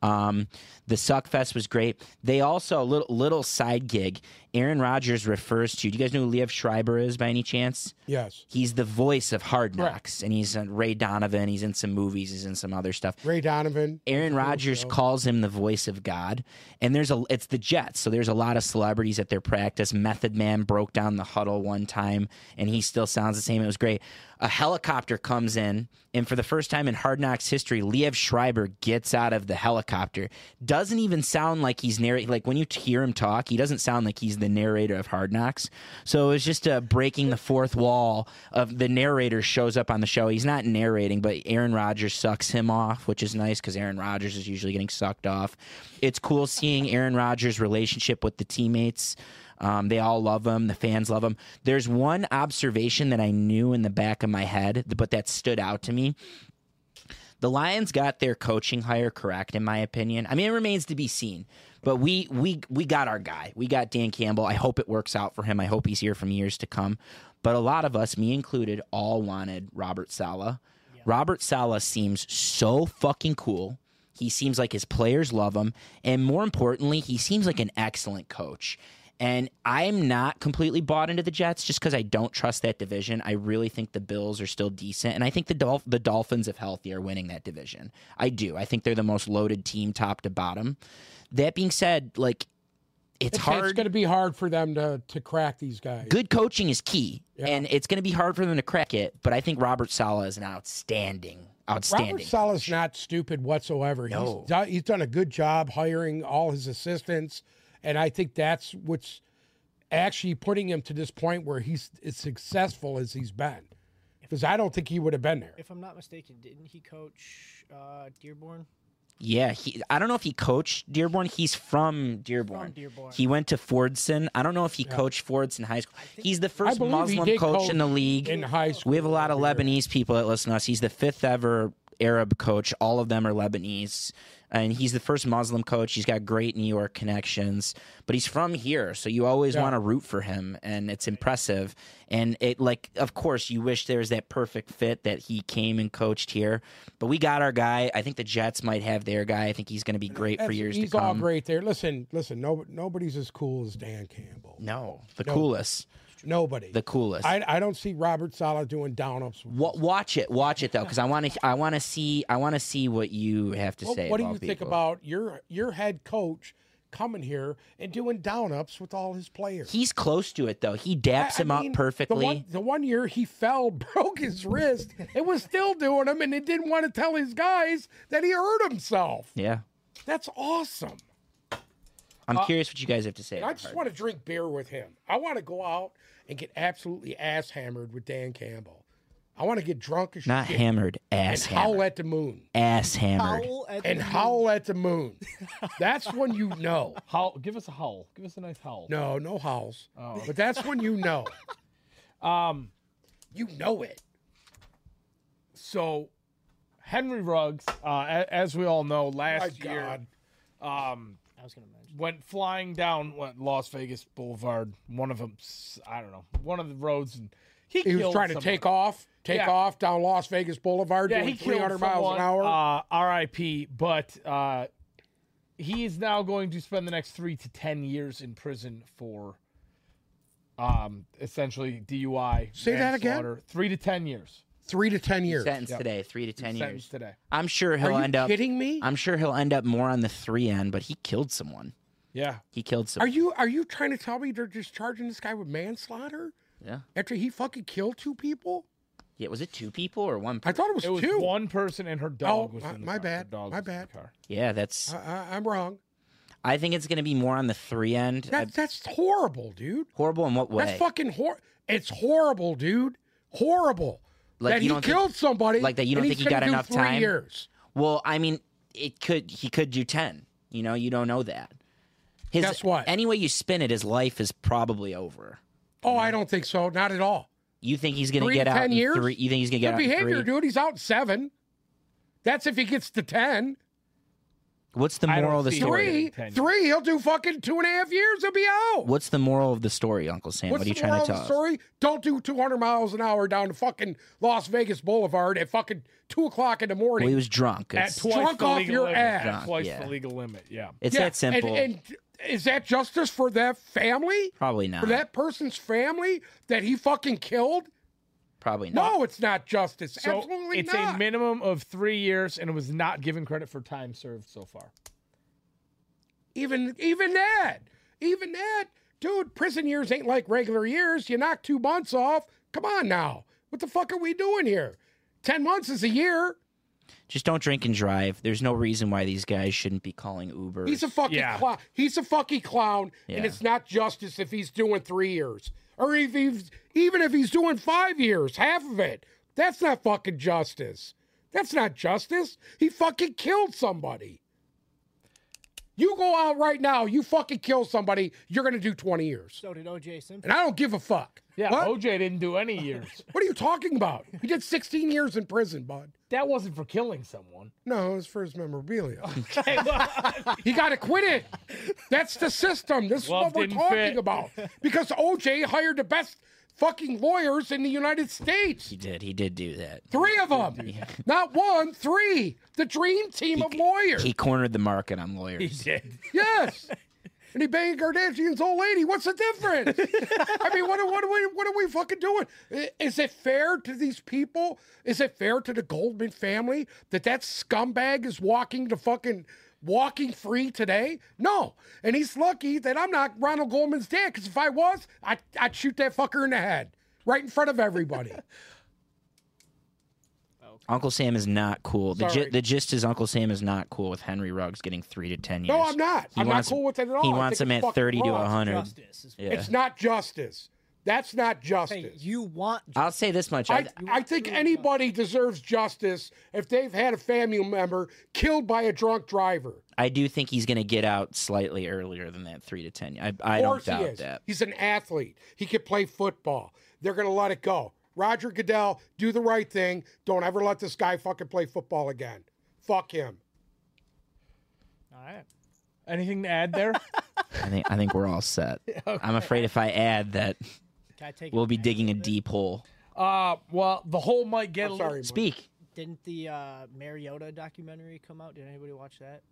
Um, the Suckfest was great. They also little little side gig. Aaron Rodgers refers to. Do you guys know who Liev Schreiber is by any chance? yes. he's the voice of Hard Knocks, and he's on Ray Donovan. He's in some movies. He's in some other stuff. Ray Donovan. Aaron Rodgers calls him the voice of God, and there's a it's the Jets, so there's a lot of celebrities at their practice. Method Man broke down the huddle one time, and he still sounds the same. It was great. A helicopter comes in, and for the first time in Hard Knocks history, Liev Schreiber gets out of the helicopter. Doesn't even sound like he's narrating. Like when you hear him talk, he doesn't sound like he's the narrator of Hard Knocks. So it was just a breaking the fourth wall of the narrator shows up on the show. He's not narrating, but Aaron Rodgers sucks him off, which is nice because Aaron Rodgers is usually getting sucked off. It's cool seeing Aaron Rodgers' relationship with the teammates. Um, they all love him. The fans love him. There's one observation that I knew in the back of my head, but that stood out to me. The Lions got their coaching hire correct, in my opinion. I mean, it remains to be seen, but we we we got our guy. We got Dan Campbell. I hope it works out for him. I hope he's here from years to come. But a lot of us, me included, all wanted Robert Sala. Robert Sala seems so fucking cool. He seems like his players love him, and more importantly, he seems like an excellent coach. And I'm not completely bought into the Jets just because I don't trust that division. I really think the Bills are still decent, and I think the Dolph- the Dolphins, if healthy, are winning that division. I do. I think they're the most loaded team, top to bottom. That being said, like It's, it's, hard. going to be hard for them to, to crack these guys. Good coaching is key, and it's going to be hard for them to crack it. But I think Robert Sala is an outstanding, outstanding. Robert Sala's not stupid whatsoever. No. He's, done, he's done a good job hiring all his assistants, and I think that's what's. actually putting him to this point where he's as successful as he's been. Because I don't think he would have been there. If I'm not mistaken, didn't he coach uh, Dearborn? Yeah, he, I don't know if he coached Dearborn. He's from Dearborn. From Dearborn. He went to Fordson. I don't know if he coached Fordson High School. He's the I first believe he Muslim did coach in the league. in high school. we have a lot of over here. Lebanese people that listen to us. He's the fifth ever Arab coach. All of them are Lebanese. And he's the first Muslim coach. He's got great New York connections, but he's from here, so you always Yeah. want to root for him, and it's impressive. And it, like, of course, you wish there was that perfect fit that he came and coached here. But we got our guy. I think the Jets might have their guy. I think he's going to be great for That's- years to he's all come. great there. Listen, listen. No, nobody's as cool as Dan Campbell. No, the coolest, Nobody. the coolest. I, I don't see Robert Sala doing down ups. Wa- watch it, watch it though, because I want to. I want to see. I want to see what you have to Well, say. what do you about think people. about your your head coach coming here and doing down ups with all his players? He's close to it though. He I- daps I him mean, up perfectly. The one, the one year he fell, <laughs> broke his wrist, and was still doing them, and he didn't want to tell his guys that he hurt himself. yeah, That's awesome. I'm curious what you guys have to say. Uh, I just want to drink beer with him. I want to go out and get absolutely ass hammered with Dan Campbell. I want to get drunk as Not shit hammered, and ass howl hammered, at the moon. ass hammered. Howl at And the moon. howl at the moon. That's when you know. Howl, give us a howl. Give us a nice howl. No, no howls. Oh. But that's when you know. Um, You know it. so Henry Ruggs, uh, a- as we all know, My last year God. um, I was gonna mention. went flying down what Las Vegas Boulevard, one of them, I don't know, one of the roads, and he, He was killed trying to someone. take off, take Yeah. off down Las Vegas Boulevard Yeah, doing he killed 300 miles an hour. hour. Uh, R.I.P. But uh, he is now going to spend the next three to ten years in prison for, um, essentially DUI. Say that again? manslaughter. Three to ten years. Three to 10 years. Sentence Yep. today, three to ten Sentence years. today. I'm sure he'll Are end you up. kidding me? I'm sure he'll end up more on the three end, but he killed someone. Yeah. He killed Are someone. you are you trying to tell me they're just charging this guy with manslaughter yeah. after he fucking killed two people? Yeah. Was it two people or one? I thought it was, It was two. one person and her dog Oh, was my- in the my car. bad. Her dog My was in the bad. car. Yeah, that's. I, I, I'm wrong. I think it's going to be more on the three end. That, Uh, that's horrible, dude. horrible in what way? That's fucking hor. It's horrible, dude. Horrible. Like, that you he don't think- killed somebody. like that you don't and he's think he got gonna do enough three time? Years. Well, I mean, it could he could do ten. You know, you don't know that. His, Guess what? Any way you spin it, his life is probably over. Oh, I don't think so. Not at all. You think he's going to Three get to out 10 in years? three? You think he's going to get Good out in behavior, three? dude. He's out seven. That's if he gets to ten. What's the I don't moral of the see it. Three. story? Three, in 10 three. He'll do fucking two and a half years. He'll be out. What's the moral of the story, Uncle Sam? What's what are you the trying moral to of tell the us? story? Don't do 200 miles an hour down to fucking Las Vegas Boulevard at fucking two o'clock in the morning. Well, he was drunk. At It's, twice Drunk the off legal your limit. ass. At twice Yeah. the legal limit. Yeah. it's Yeah, that simple. And, and is that justice for that family? probably not. For that person's family that he fucking killed? probably not. No, it's not justice. So Absolutely it's not. a minimum of three years, and it was not given credit for time served so far. even even that, even that, dude. Prison years ain't like regular years. You knock two months off. Come on now. What the fuck are we doing here? Ten months is a year. Just don't drink and drive. There's no reason why these guys shouldn't be calling Uber. He's a fucking Yeah. clown. He's a fucking clown, and Yeah. it's not justice if he's doing three years, or if he's even if he's doing five years, half of it. That's not fucking justice. That's not justice. He fucking killed somebody. You go out right now, you fucking kill somebody, you're gonna do twenty years, So did O.J. Simpson. and I don't give a fuck. Yeah, oh. What? OJ didn't do any <laughs> years. What are you talking about? He did sixteen years in prison, bud. that wasn't for killing someone. No, it was for his memorabilia. <laughs> Okay, well, He got acquitted. That's the system. This Glove is what we're didn't talking fit. about. Because OJ hired the best fucking lawyers in the United States. he did. He did do that. Three of them. Not one, three. The dream team of lawyers. He cornered the market on lawyers. did. Yes. And he banged Kardashian's old lady. What's the difference? I mean, what, are- what, are we, what are we fucking doing? I- Is it fair to these people? Is it fair to the Goldman family that that scumbag is walking to fucking walking free today? No. And he's lucky that I'm not Ronald Goldman's dad because if I was, I, <laughs> I'd shoot that fucker in the head right in front of everybody. Oh joke. Uncle Sam is not cool. The, Sorry. gi- the gist is Uncle Sam is not cool with Henry Ruggs getting three to ten years. No, I'm not. He I'm wants- not cool with it at all. He I wants think him it's at fucking thirty to wrong. hundred. Justice is Yeah. It's not justice. That's not Hey, justice. you want I'll say this much. I, I, I think anybody deserves justice if they've had a family member killed by a drunk driver. I do think he's going to get out slightly earlier than that three to ten. I, I Of don't course he doubt is. that. He's an athlete. He could play football. They're going to let it go. Roger Goodell, do the right thing. Don't ever let this guy fucking play football again. Fuck him. All right. Anything to add <laughs> there? I think I think we're all set. I'm afraid if I add that, Can I take it we'll be back? digging a deep hole. uh, well, the whole might get I'm a sorry. little. Mike. Speak. Didn't the uh, Mariota documentary come out? Did anybody watch that?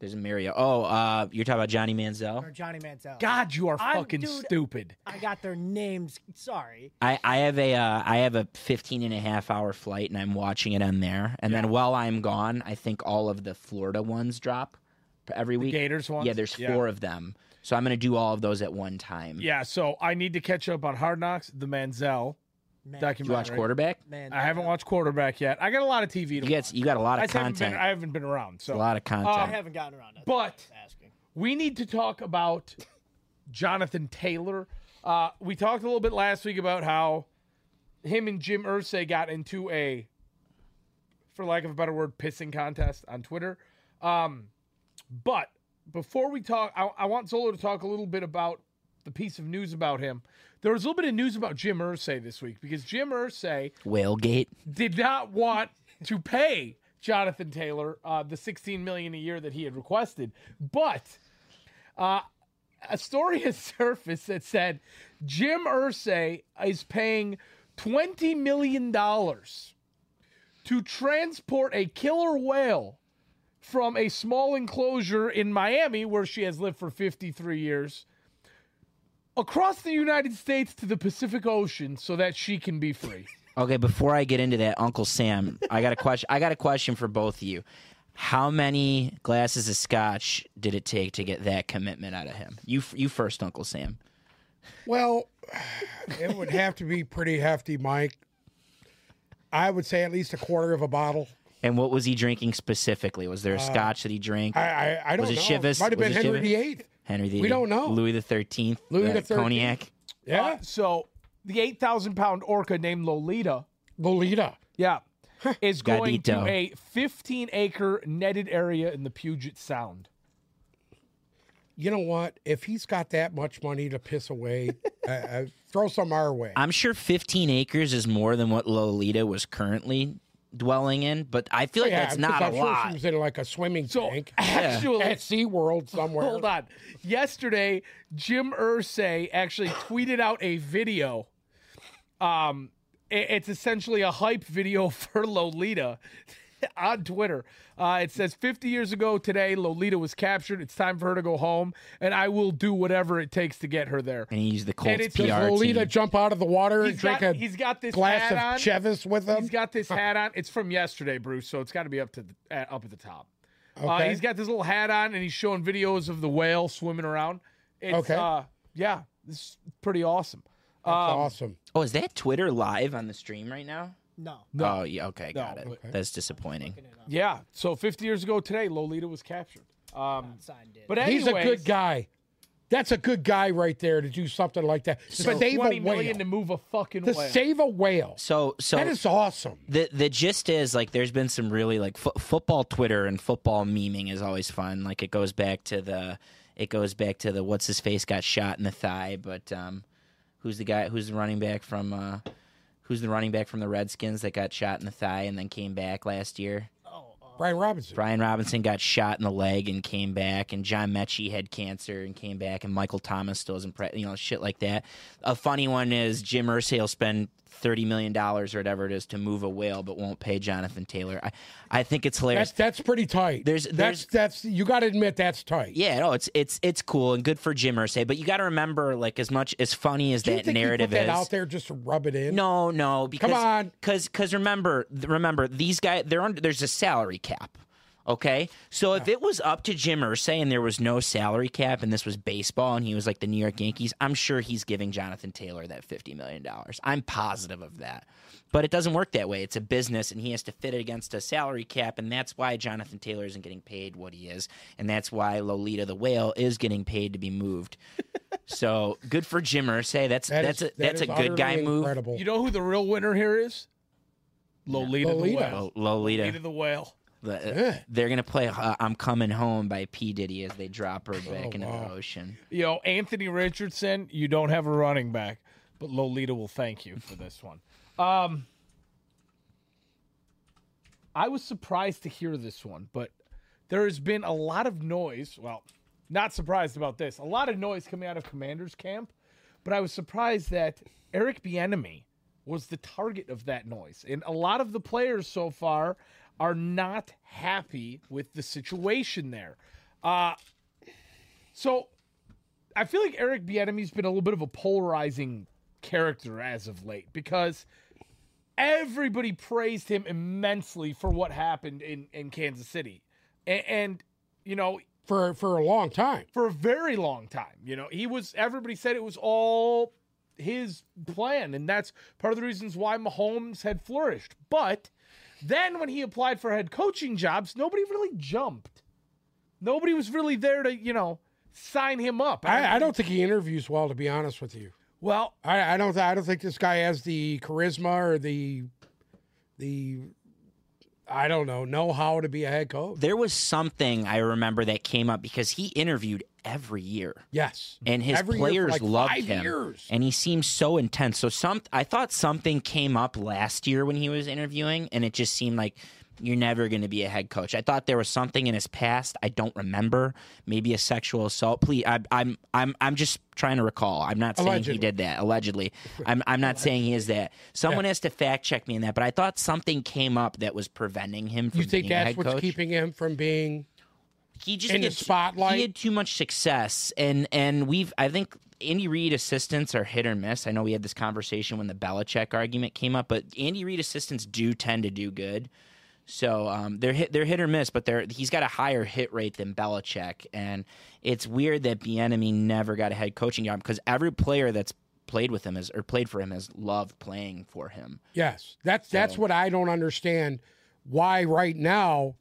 There's a Mario. Oh, uh, you're talking about Johnny Manziel. Or Johnny Manziel? God, you are I'm- fucking dude, stupid. I got their names. Sorry. I, I have a uh, I have a 15 and a half hour flight and I'm watching it on there. And then while I'm gone, I think all of the Florida ones drop every week. Gators ones? Yeah, there's Yeah. four of them. So I'm going to do all of those at one time. Yeah, so I need to catch up on Hard Knocks, the Manziel Man, Did you documentary. watch quarterback? Man, I haven't watched quarterback yet. I got a lot of TV to You watch. got you got a lot I of just haven't been, content. I Uh, haven't been around. So a lot of I content. haven't gotten around. to that. But- asking. we need to talk about Jonathan Taylor. Uh, we talked a little bit last week about how him and Jim Ursay got into a, for lack of a better word, pissing contest on Twitter. Um, but before we talk, I, I want Zolo to talk a little bit about the piece of news about him. There was a little bit of news about Jim Ursay this week because Jim Ursay Whalegate. did not want to pay Jonathan Taylor uh, the 16 million a year that he had requested. But uh, a story has <laughs> surfaced that said Jim Ursay is paying 20 million dollars to transport a killer whale from a small enclosure in Miami where she has lived for 53 years across the United States to the Pacific Ocean so that she can be free. Okay, before I get into that, Uncle Sam, I got a question. I got a question for both of you. How many glasses of scotch did it take to get that commitment out of him? You f- you first, Uncle Sam. <sighs> Well, it would have to be pretty hefty, Mike. I would say at least a quarter of a bottle. And what was he drinking specifically? Was there a scotch that he drank? Uh, I I, I don't Was it know. Chivas? Might have Was been it Henry Chivas? VIII. Henry the we don't know. Louis the Thirteenth. Louis that the 13th. Cognac. Yeah, Uh, so the 8,000 pound orca named Lolita, Lolita. yeah, is going to Gadito. a 15 acre netted area in the Puget Sound. You know what? If he's got that much money to <laughs> piss away, uh, uh, throw some our way. I'm sure 15 acres is more than what Lolita was currently dwelling in, but I feel like Yeah, that's because not a I'm sure lot. She was in like a swimming So tank <laughs> actually, <laughs> at SeaWorld somewhere. hold on. Yesterday, Jim Ursay actually tweeted out a video. Um, i- it's essentially a hype video <laughs> for Lolita <laughs> on Twitter. Uh, it says 50 years ago today, Lolita was captured. It's time for her to go home, and I will do whatever it takes to get her there. and he used the Colts it's PR just Does Lolita team. jump out of the water and He's drink got, a he's got this glass hat of on. Chevis with him? He's got this hat on. It's from yesterday, Bruce, so it's got to be up to the, at, up at the top. Uh, Okay. he's got this little hat on, and he's showing videos of the whale swimming around. It's, Okay. Uh, yeah, this is pretty awesome. That's um, awesome. Oh, is that Twitter live on the stream right now? No. Oh, yeah. Okay, got it. That's disappointing. Yeah. So 50 years ago today, Lolita was captured. Um, Signed it. but He's a anyways, good guy. That's a good guy right there to do something like that. To So- save a 20 whale. million to move a fucking To whale. save a whale. So, so That is awesome. the the gist is like there's been some really like fo- football Twitter and football memeing is always fun. Like it goes back to the it goes back to the what's his face got shot in the thigh, but um, who's the guy? Who's the running back from? Uh, who's the running back from the Redskins that got shot in the thigh and then came back last year? oh, uh, Brian Robinson. Brian Robinson got shot in the leg and came back, and John Mechie had cancer and came back, and Michael Thomas still isn't, pre- you know, shit like that. A funny one is Jim Irsay will spend thirty million dollars or whatever it is to move a whale, but won't pay Jonathan Taylor. I, I think it's hilarious. That's that's pretty tight. There's- that's that's you got to admit that's tight. yeah, no, it's it's it's cool and good for Jim Irsay, but you got to remember, like, as much as funny as Do you that think he narrative put that is, out there just to rub it in? No, no, because on. because remember, th- remember these guys. They're under. There's a salary cap. Okay. So if it was up to Jim Ursay and there was no salary cap and this was baseball and he was like the New York Yankees, I'm sure he's giving Jonathan Taylor that $50 million. I'm positive of that. But it doesn't work that way. It's a business and he has to fit it against a salary cap. And that's why Jonathan Taylor isn't getting paid what he is. And that's why Lolita the Whale is getting paid to <laughs> be moved. so good for Jim Ursay. That's That that's is- a that that's a is good guy utterly move. Incredible. You know who the real winner here is? Lolita, Lolita. the whale. Lo- Lolita. Lolita the whale. The- uh, Yeah. They're gonna play uh, "I'm Coming Home" by P Diddy as they drop her back into Oh, wow. the ocean. You know Anthony Richardson. You don't have a running back, but Lolita will thank you for this one. Um, I was surprised to hear this one, but there has been a lot of noise. Well, not surprised about this. A lot of noise coming out of Commander's camp, but I was surprised that Eric Bieniemy was the target of that noise. And a lot of the players so far are not happy with the situation there. Uh, so I feel like Eric Bieniemy's been a little bit of a polarizing character as of late because everybody praised him immensely for what happened in, in Kansas City. And, and you know, for for a long time. for a very long time. You know, he was everybody said it was all his plan, and that's part of the reasons why Mahomes had flourished. But then when he applied for head coaching jobs, nobody really jumped. Nobody was really there to, you know, sign him up. I, I don't think he interviews well, to be honest with you. well, I, I don't I don't think this guy has the charisma or the the I don't know know how to be a head coach. There was something I remember that came up because he interviewed every year, Yes, and his Every year for players like loved five him, years. and he seemed so intense. So some, I thought something came up last year when he was interviewing, and it just seemed like you're never going to be a head coach. I thought there was something in his past I don't remember, maybe a sexual assault. Please, I, I'm I'm I'm just trying to recall. I'm not saying he Allegedly. did. did that allegedly. I'm I'm not saying he is that. Someone has to fact check me in that, but I thought something came up that was preventing him from you think being a that's head what's coach. keeping him from being? he just in the did- spotlight? He had too much success, and and we've I think Andy Reid assistants are hit or miss. I know we had this conversation when the Belichick argument came up, but Andy Reid assistants do tend to do good. So um, they're hit, they're hit or miss, but they're he's got a higher hit rate than Belichick, and it's weird that Bienemy never got a head coaching job because every player that's played with him has or played for him has loved playing for him. Yes, that's that's what I don't understand. Why right now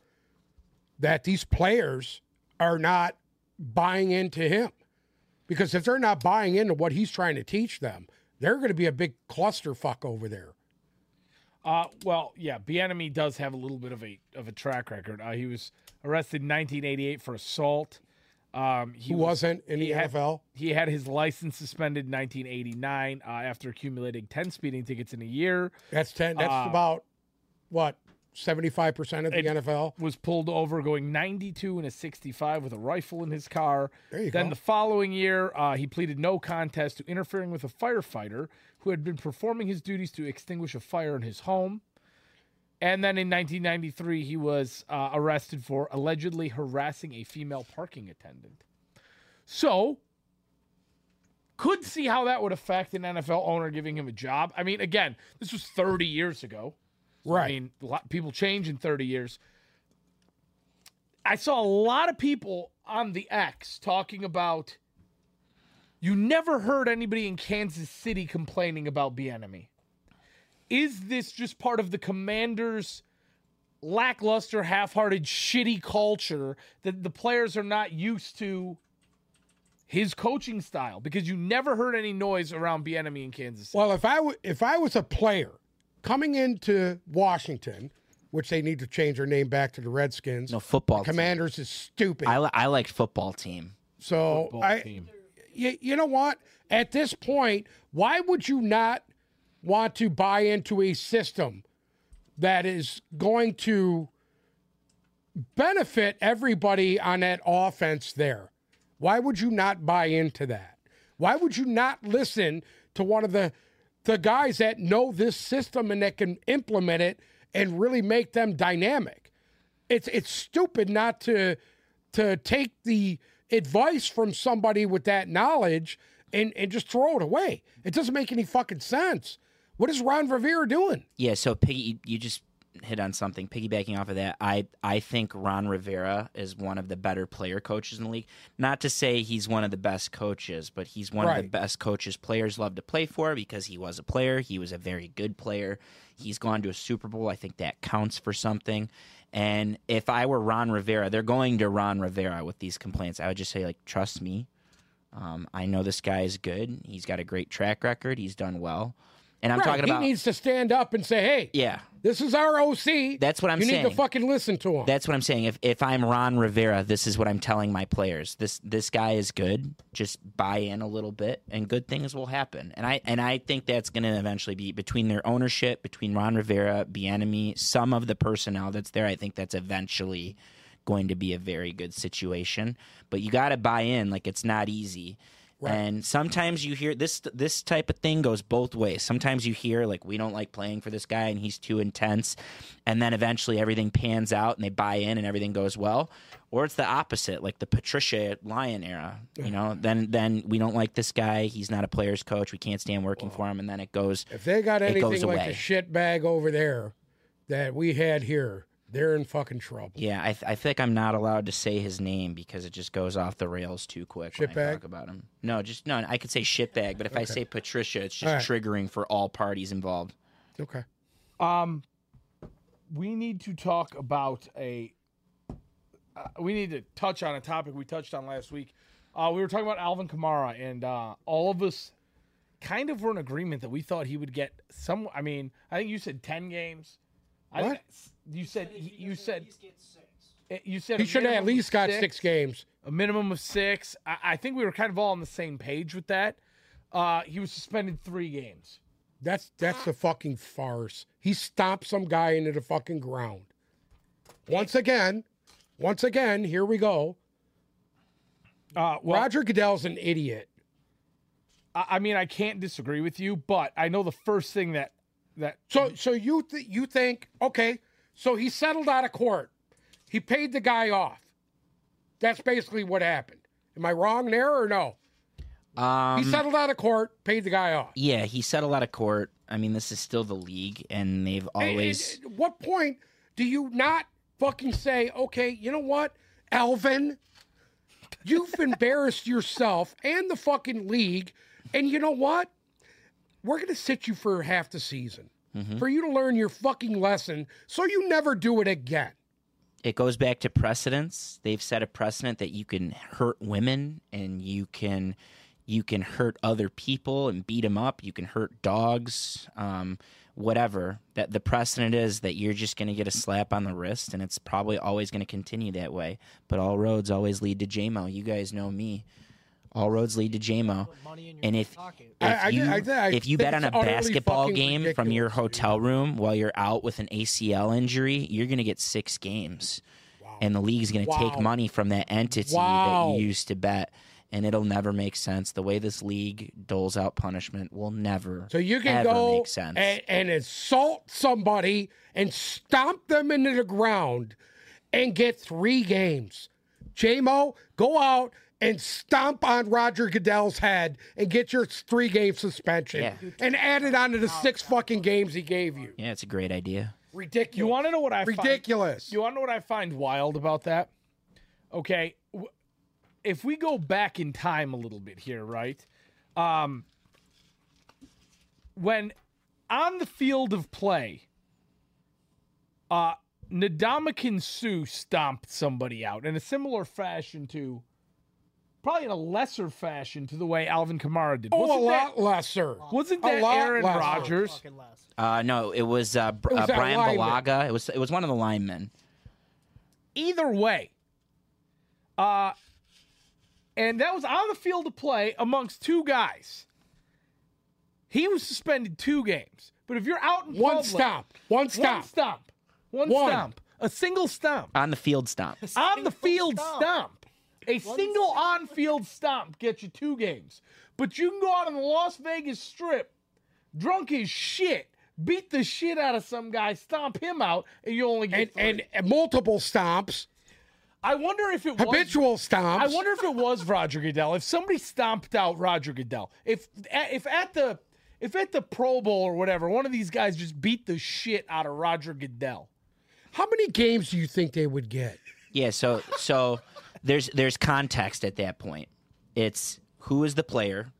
that these players are not buying into him? Because if they're not buying into what he's trying to teach them, they're going to be a big clusterfuck over there. Uh, well, yeah, Bienemy does have a little bit of a of a track record. Uh, he was arrested in 1988 for assault. Um, he He wasn't in the he had- NFL. He had his license suspended in 1989 uh, after accumulating 10 speeding tickets in a year. That's ten. That's Uh, about what seventy five percent of the it- NFL. Was pulled over going 92 and a 65 with a rifle in his car. There you then go. the following year, uh, he pleaded no contest to interfering with a firefighter who had been performing his duties to extinguish a fire in his home. And then in 1993, he was uh, arrested for allegedly harassing a female parking attendant. So, could see how that would affect an NFL owner giving him a job. I mean, again, this was 30 years ago. Right. I mean, a lot, people change in 30 years. I saw a lot of people on the X talking about you never heard anybody in Kansas City complaining about Bienemy. Is this just part of the commander's lackluster, half-hearted, shitty culture that the players are not used to his coaching style? Because you never heard any noise around Bienemy in Kansas City. Well, if I w- if I was a player coming into Washington, which they need to change their name back to the Redskins. No football. team. Commanders is stupid. I li- I like football team. so Football I, team. you, you know what? At this point, why would you not want to buy into a system that is going to benefit everybody on that offense there? Why would you not buy into that? Why would you not listen to one of the the guys that know this system and that can implement it and really make them dynamic? It's it's stupid not to to take the advice from somebody with that knowledge and, and just throw it away. It doesn't make any fucking sense. What is Ron Rivera doing? Yeah, so Piggy, you, you just hit on something. Piggybacking off of that, I I think Ron Rivera is one of the better player coaches in the league. Not to say he's one of the best coaches, but he's one of the Right. best coaches players love to play for because he was a player. He was a very good player. He's gone to a Super Bowl. I think that counts for something. And if I were Ron Rivera, they're going to Ron Rivera with these complaints. I would just say like, trust me. Um, I know this guy is good. He's got a great track record. He's done well. And I'm Right, talking about he needs to stand up and say, "Hey, yeah. this is our OC. That's what I'm you need saying. to fucking listen to him." That's what I'm saying. If if I'm Ron Rivera, this is what I'm telling my players. This this guy is good. Just buy in a little bit, and good things will happen. And I and I think that's going to eventually be between their ownership, between Ron Rivera, Bienemy, some of the personnel that's there. I think that's eventually going to be a very good situation. But you got to buy in. Like it's not easy. And sometimes you hear this this type of thing goes both ways. Sometimes you hear like we don't like playing for this guy and he's too intense, and then eventually everything pans out and they buy in and everything goes well. Or it's the opposite, like the Patricia Lyon era. You know, then then we don't like this guy. He's not a player's coach. We can't stand working for him, and then it goes. if they got It goes anything like away. the shit bag over there that we had here, they're in fucking trouble. Yeah, I, th- I think I'm not allowed to say his name because it just goes off the rails too quick when I Shitbag? talk about him. No, just no. I could say shitbag, but if I say Patricia, it's All right. just triggering for all parties involved. Okay. Um, we need to talk about a. Uh, we need to touch on a topic we touched on last week. Uh, we were talking about Alvin Kamara, and uh, all of us kind of were in agreement that we thought he would get some. I mean, I think you said ten games. I, What? you said? You said? Eh, You said He a should have at minimum of least got six games. a minimum of six. I, I think we were kind of all on the same page with that. Uh, he was suspended three games. That's that's a fucking farce. He stomped some guy into the fucking ground. Once again, once again, here we go. Uh, well, Roger Goodell's an idiot. I, I mean, I can't disagree with you, but I know the first thing that that So so you th- you think okay? So he settled out of court. He paid the guy off. That's basically what happened. Am I wrong there or no? Um, He settled out of court, paid the guy off. Yeah, he settled out of court. I mean, this is still the league, and they've And- and always. At what point do you not fucking say, okay, you know what, Alvin, you've embarrassed yourself and the fucking league, and you know what? We're gonna sit you for half the season for you to learn your fucking lesson, so you never do it again. It goes back to precedence. They've set a precedent that you can hurt women, and you can, you can hurt other people and beat them up. You can hurt dogs, um, whatever. That the precedent is that you're just going to get a slap on the wrist, and it's probably always going to continue that way. But all roads always lead to JMO. You guys know me. All roads lead to JMO. Money in your And if pocket. I- if I- you, I- I if you think bet on a it's utterly basketball fucking game from your ridiculous, dude. hotel room while you're out with an ACL injury, you're going to get six games. And the league's going to take Wow. money from that entity Wow. that you used to bet. And it'll never make sense. The way this league doles out punishment will never, So you can ever go make sense. And, and assault somebody and stomp them into the ground and get three games. JMO, go out and stomp on Roger Goodell's head and get your three game suspension Yeah. and add it onto the six fucking games he gave you. yeah, it's a great idea. Ridiculous. you want to know what I find, Ridiculous. you want to know what I find wild about that? Okay, w- if we go back in time a little bit here, right? Um, when on the field of play, uh, Nadamakin Sue stomped somebody out in a similar fashion to, probably in a lesser fashion to the way Alvin Kamara did. oh, a Wasn't that- lot lesser. Wasn't A that lot Aaron less. Rodgers? Fucking less. Uh, no, it was, uh, Br- It was uh, that Brian lineman. Balaga. It was it was one of the linemen. Either way, uh, and that was on the field of play amongst two guys. He was suspended two games. But if you're out in One public- stomp. One one stomp. stomp, one, One. stomp, a single stomp On the field stomp. on the field stomp. stomp. A single on-field stomp gets you two games. But you can go out on the Las Vegas Strip, drunk as shit, beat the shit out of some guy, stomp him out, and you only get And, three. and multiple stomps, I wonder if it was. habitual stomps. I wonder if it was Roger Goodell. If somebody stomped out Roger Goodell, if if at the if at the Pro Bowl or whatever, one of these guys just beat the shit out of Roger Goodell. How many games do you think they would get? Yeah, so so there's there's context at that point. It's who is the player,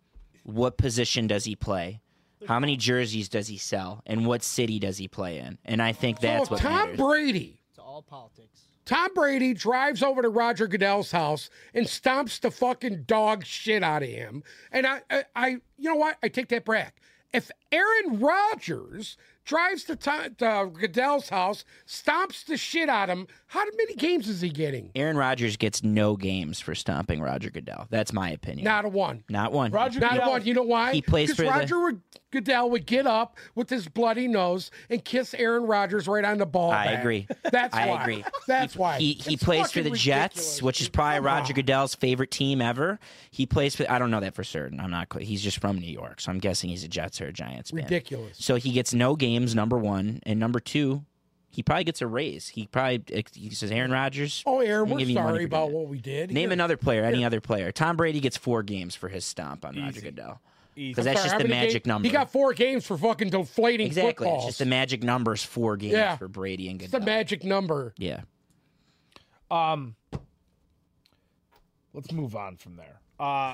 what position does he play, how many jerseys does he sell, and what city does he play in? And I think that's so what if Oh, Tom matters. Brady. It's all politics. Tom Brady drives over to Roger Goodell's house and stomps the fucking dog shit out of him. And I, I, I you know what? I take that back. If Aaron Rodgers drives to, Tom, to Goodell's house, stomps the shit out of him, how many games is he getting? Aaron Rodgers gets no games for stomping Roger Goodell. That's my opinion. Not a one. Not one. Roger Not Goodell, one. You know why? He plays because for the- Roger would, Goodell would get up with his bloody nose and kiss Aaron Rodgers right on the ball. I back. agree. That's I why. agree. That's why. He he It's plays for the fucking Jets, ridiculous, which is dude. probably Come Roger on. Goodell's favorite team ever. He plays for I don't know that for certain. I'm not. cl- He's just from New York, so I'm guessing he's a Jets or a Giants fan. Ridiculous. So he gets no games. Number one and number two, he probably gets a raise. He probably he says Aaron Rodgers. Oh, Aaron, we'll we're give you money sorry for about doing what we did. Name Here. another player, any other player. Tom Brady gets four games for his stomp on Roger Goodell because that's Sorry, just how the many magic games- number. He got four games for fucking deflating exactly. It's footballs. just the magic numbers four games Yeah. for Brady and It's the Goodell. magic number. yeah. Um, let's move on from there. Uh,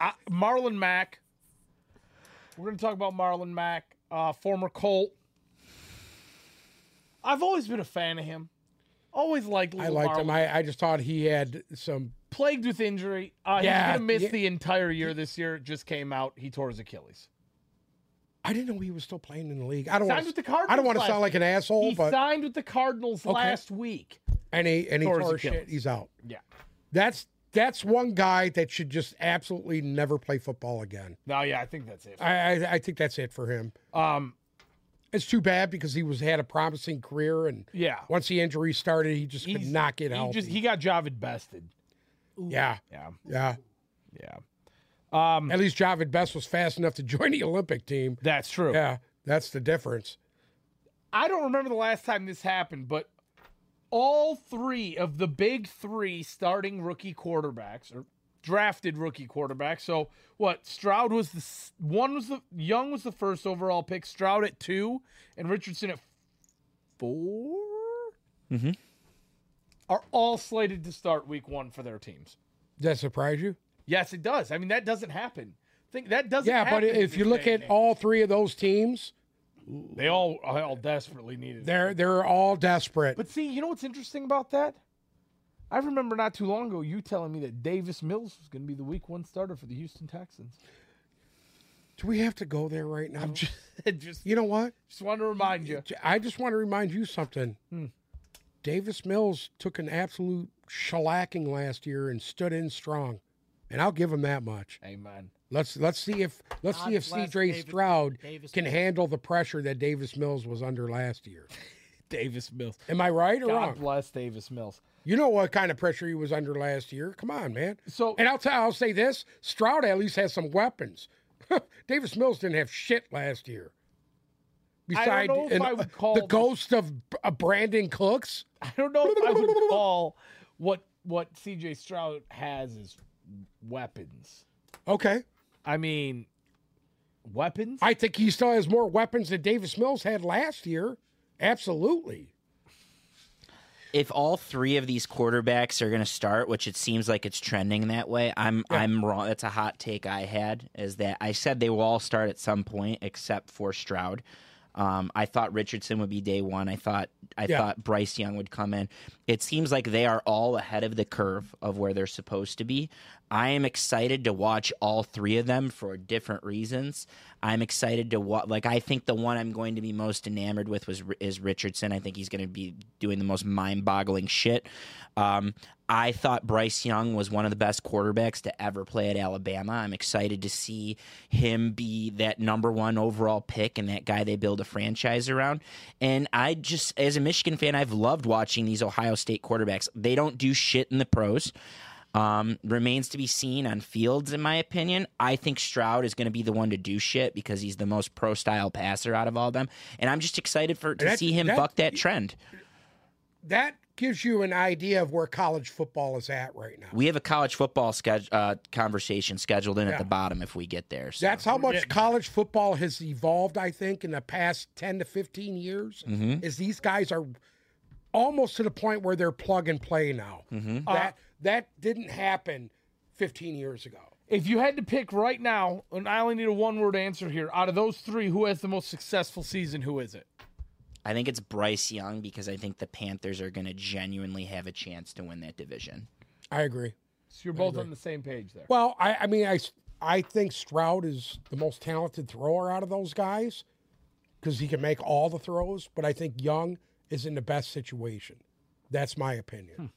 I, Marlon Mack. We're going to talk about Marlon Mack, uh, former Colt. I've always been a fan of him. Always liked I little liked Marlon. him. I, I just thought he had some. Plagued with injury. Uh, Yeah, he's going to miss yeah. the entire year this year. It Just came out. He tore his Achilles. I didn't know he was still playing in the league. I don't. Signed Wanna, with the Cardinals. I don't want to last- sound like an asshole, He but signed with the Cardinals last week. and he and he Tore his tore shit. Achilles. He's out. Yeah. That's that's one guy that should just absolutely never play football again. No, yeah, I think that's it. I I, I think that's it for him. Um, It's too bad because he was had a promising career, and yeah. once the injury started, he just could He's- not get He healthy. just he got Javid bested. yeah, Yeah. yeah. Yeah. Um, At least Javid Best was fast enough to <laughs> join the Olympic team. that's true. Yeah, that's the difference. I don't remember the last time this happened, but all three of the big three starting rookie quarterbacks or drafted rookie quarterbacks. So what? Stroud was the s- one was the Young was the first overall pick. Stroud at two, and Richardson at 4 Mm-hmm. Mhm. Are all slated to start week one for their teams. Does that surprise you? Yes, it does. I mean, that doesn't happen. Think that doesn't. Yeah, but happen in if this you look day at and age. all three of those teams, they all all desperately needed. they're they're all desperate. But see, you know what's interesting about that? I remember not too long ago you telling me that Davis Mills was going to be the week one starter for the Houston Texans. Do we have to go there right now? I'm just, <laughs> just, you know what? just want to remind you. J- I just want to remind you something. Davis Mills took an absolute shellacking last year and stood in strong, and I'll give him that much. Amen. Let's let's see if let's God see if bless C.J. Davis- Stroud Davis can Mills. handle the pressure that Davis Mills was under last year. Davis Mills. Am I right or God wrong? bless Davis Mills. You know what kind of pressure he was under last year. Come on, man. So And I'll tell, I'll say this: Stroud at least has some weapons. <laughs> Davis Mills didn't have shit last year. I don't Beside know if an- I would call the this- ghost of uh, Brandon Cooks, I don't know if I <laughs> would call what what CJ Stroud has as weapons. okay, I mean, weapons. I think he still has more weapons than Davis Mills had last year. Absolutely. if all three of these quarterbacks are going to start, which it seems like it's trending that way, I'm I'm wrong. That's a hot take I had. Is that I said they will all start at some point except for Stroud. Um, I thought Richardson would be day one. I thought I Yeah. thought Bryce Young would come in. It seems like they are all ahead of the curve of where they're supposed to be. I am excited to watch all three of them for different reasons. I'm excited to watch. Like I think the one I'm going to be most enamored with was is Richardson. I think he's going to be doing the most mind-boggling shit. Um, I thought Bryce Young was one of the best quarterbacks to ever play at Alabama. I'm excited to see him be that number one overall pick and that guy they build a franchise around. And I just, as a Michigan fan, I've loved watching these Ohio State quarterbacks. They don't do shit in the pros. Um, remains to be seen on Fields, in my opinion. I think Stroud is going to be the one to do shit because he's the most pro style passer out of all them. And I'm just excited for to That- see him that- buck that trend. That gives you an idea of where college football is at right now. We have a college football sched uh, conversation scheduled in Yeah. at the bottom if we get there. So. That's how much getting college football has evolved, I think, in the past 10 to 15 years. Mhm. Is these guys are almost to the point where they're plug and play now. Mhm. That that didn't happen 15 years ago. If you had to pick right now, and I only need a one word answer here, out of those three, who has the most successful season? Who is it? I think it's Bryce Young because I think the Panthers are going to genuinely have a chance to win that division. I agree. So you're both on the same page there. Well, I, I mean, I, s- I think Stroud is the most talented thrower out of those guys because he can make all the throws, but I think Young is in the best situation. That's my opinion.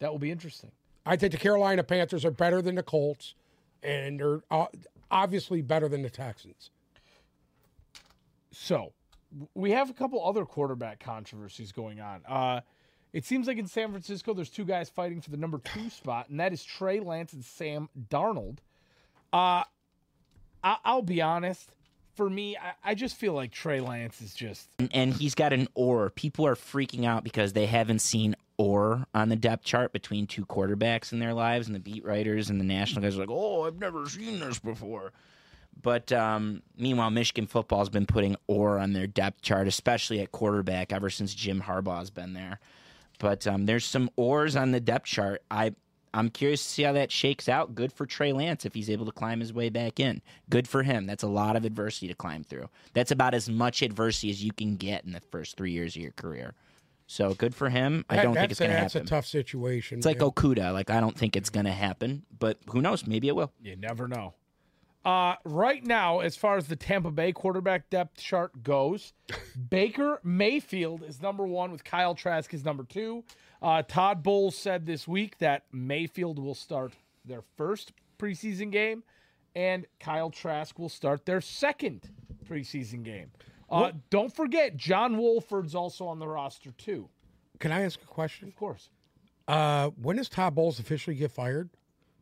That will be interesting. I think the Carolina Panthers are better than the Colts, and they're uh, obviously better than the Texans. So w- we have a couple other quarterback controversies going on. Uh, it seems like in San Francisco, there's two guys fighting for the number two spot, and that is Trey Lance and Sam Darnold. Uh, I- I'll be honest. For me, I-, I just feel like Trey Lance is just. And, and he's got an or. People are freaking out because they haven't seen or on the depth chart between two quarterbacks in their lives, and the beat writers and the national guys are like, oh, I've never seen this before. But um, meanwhile, Michigan football has been putting or on their depth chart, especially at quarterback, ever since Jim Harbaugh's been there. But um, there's some ors on the depth chart. I I'm curious to see how that shakes out. Good for Trey Lance if he's able to climb his way back in. Good for him. That's a lot of adversity to climb through. That's about as much adversity as you can get in the first three years of your career. So good for him. I don't That- think it's that's a- going to That's happen. a tough situation. it's like yeah. Okuda. Like I don't think it's going to happen. But who knows? Maybe it will. You never know. Uh, right now, as far as the Tampa Bay quarterback depth chart <laughs> goes, Baker Mayfield is number one with Kyle Trask is number two. Uh, Todd Bowles said this week that Mayfield will start their first preseason game and Kyle Trask will start their second preseason game. Uh, don't forget, John Wolford's also on the roster, too. Can I ask a question? Of course. Uh, when does Todd Bowles officially get fired?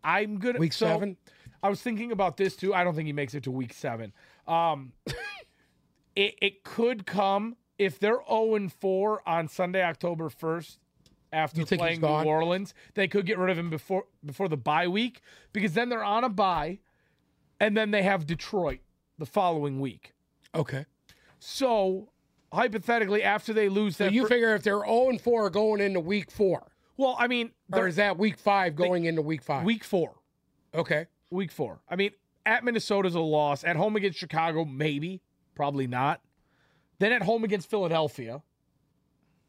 I'm good. Week so, seven? I was thinking about this too. I don't think he makes it to week seven. <laughs> Um, it it could come if they're 0 and 4 on Sunday, October 1st, after You think he's playing New gone? Orleans. They could get rid of him before before the bye week because then they're on a bye, and then they have Detroit the following week. Okay. So hypothetically, after they lose So that, you fir- figure if they're 0 and 4 going into week four, well, I mean, or they're is that week five going into week five? week four. okay. week four. I mean, at Minnesota's a loss. At home against Chicago, maybe, probably not. Then at home against Philadelphia,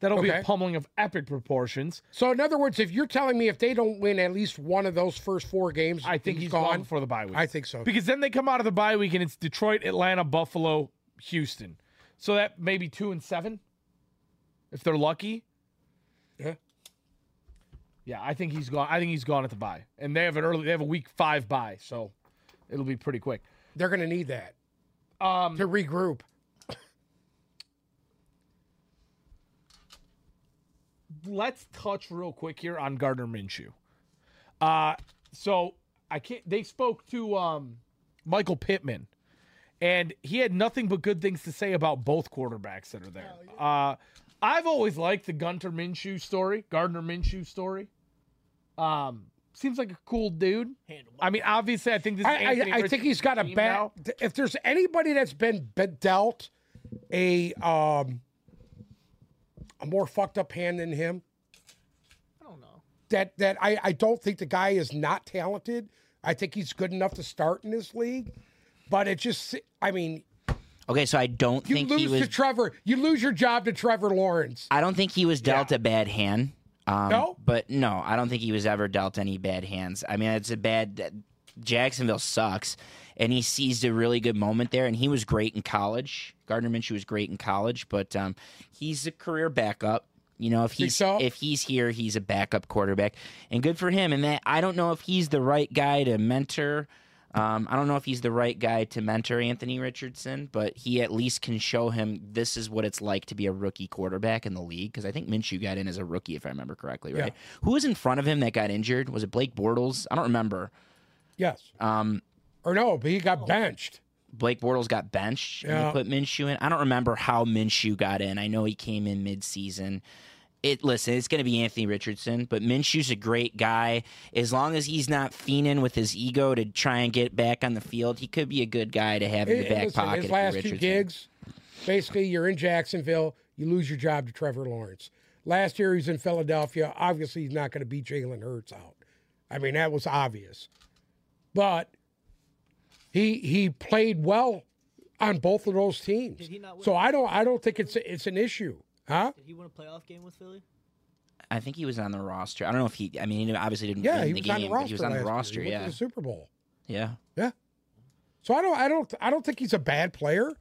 that'll be a Okay. pummeling of epic proportions. So, in other words, if you're telling me if they don't win at least one of those first four games, I think he's gone, for the bye week I think so. because then they come out of the bye week and it's Detroit, Atlanta, Buffalo, Houston. So that maybe two and seven, if they're lucky. Yeah. Yeah, I think he's gone. I think he's gone at the bye, and they have an early. They have a week five bye, so it'll be pretty quick. They're going to need that Um, to regroup. let's touch real quick here on Gardner Minshew. Uh, so I can't. They spoke to um, Michael Pittman, and he had nothing but good things to say about both quarterbacks that are there. Uh, I've always liked the Gunter Minshew story, Gardner Minshew story. Um, seems like a cool dude. Handle I mean, obviously, I think this. Is I, I, Anthony I Richards' think he's got a team bad. now. If there's anybody that's been be- dealt a um a more fucked up hand than him, I don't know. that that I, I don't think the guy is not talented. I think he's good enough to start in this league, but it just I mean Okay, so I don't you think lose he was. to Trevor, you lose your job to Trevor Lawrence. I don't think he was dealt a bad hand. Um, No? but no, I don't think he was ever dealt any bad hands. I mean, it's a bad. that- Jacksonville sucks, and he seized a really good moment there, and he was great in college. Gardner Minshew was great in college, but um, he's a career backup. You know, if he's so? if he's here, he's a backup quarterback, and good for him. And that I don't know if he's the right guy to mentor. Um, I don't know if he's the right guy to mentor Anthony Richardson, but he at least can show him this is what it's like to be a rookie quarterback in the league. Because I think Minshew got in as a rookie, if I remember correctly, right? Who was in front of him that got injured? Was it Blake Bortles? I don't remember. Yes. Um, Or no, but he got benched. Blake Bortles got benched and Yeah. they put Minshew in. I don't remember how Minshew got in. I know he came in midseason. it listen, it's going to be Anthony Richardson, but Minshew's a great guy. As long as he's not fiending with his ego to try and get back on the field, he could be a good guy to have in the And back listen, pocket. His if last you're two Richardson. gigs, basically, you're in Jacksonville, you lose your job to Trevor Lawrence. Last year, he was in Philadelphia. Obviously, he's not going to beat Jalen Hurts out. I mean, that was obvious. But he he played well on both of those teams. Did he not win? so I don't I don't think it's it's an issue, huh? Did he win a playoff game with Philly? I think he was on the roster. I don't know if he. I mean, he obviously didn't Yeah, win he the was game, on the but roster. he was on the last roster. year. He went to Yeah, the Super Bowl. yeah. Yeah. So I don't I don't I don't think he's a bad player.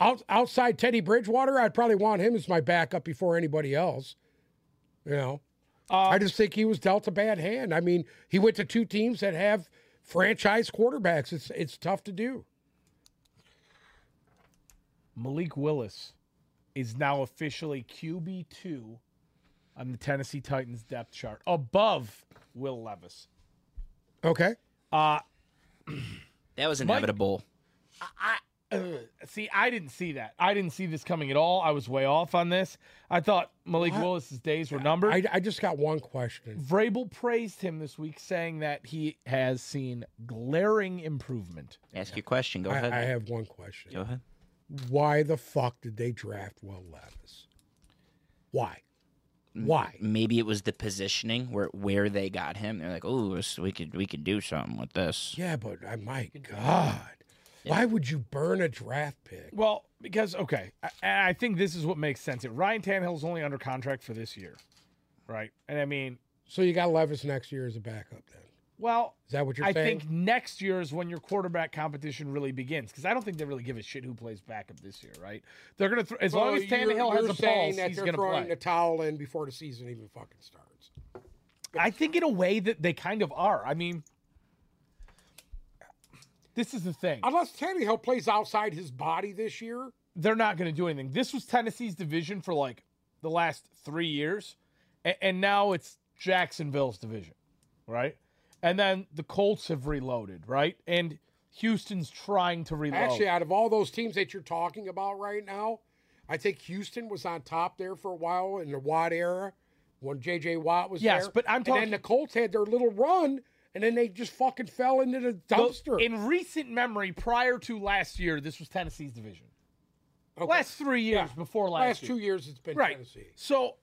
Out, outside Teddy Bridgewater, I'd probably want him as my backup before anybody else. You know. Um, Uh, I just think he was dealt a bad hand. I mean, he went to two teams that have franchise quarterbacks. It's it's tough to do. Malik Willis is now officially QB2 on the Tennessee Titans depth chart above Will Levis. Uh, Okay. That was inevitable. See, I didn't see that. I didn't see this coming at all. I was way off on this. I thought Malik Willis's days were numbered. I, I just got one question. Vrabel praised him this week, saying that he has seen glaring improvement. Ask your question. Go I, ahead. I have one question. Go ahead. Why the fuck did they draft Will Levis? Why? Mm. Why? Maybe it was the positioning where where they got him. They're like, oh, this- we could we could do something with this. Yeah, but uh, my God, why would you burn a draft pick? Well, because okay, I, and I think this is what makes sense. Here. Ryan Tannehill's only under contract for this year, right? And I mean, So you got Levis next year as a backup. Then well, is that what you're I saying? think next year is when your quarterback competition really begins because I don't think they really give a shit who plays backup this year, right? They're gonna throw as long as Tannehill has a pulse, that he's they're gonna throwing play. the towel in before the season even fucking starts. I think in a way that they kind of are. I mean, this is the thing. Unless Tannehill plays outside his body this year, they're not going to do anything. This was Tennessee's division for like the last three years, and, and now it's Jacksonville's division, right? And then the Colts have reloaded, right? And Houston's trying to reload. actually, out of all those teams that you're talking about right now, I think Houston was on top there for a while in the Watt era when J.J. Watt was Yes, there. but I'm And talking- then the Colts had their little run, and then they just fucking fell into the So, dumpster. in recent memory, prior to last year, this was Tennessee's division. Okay. Last three years before last, last year. two years it's been Right. Tennessee. So,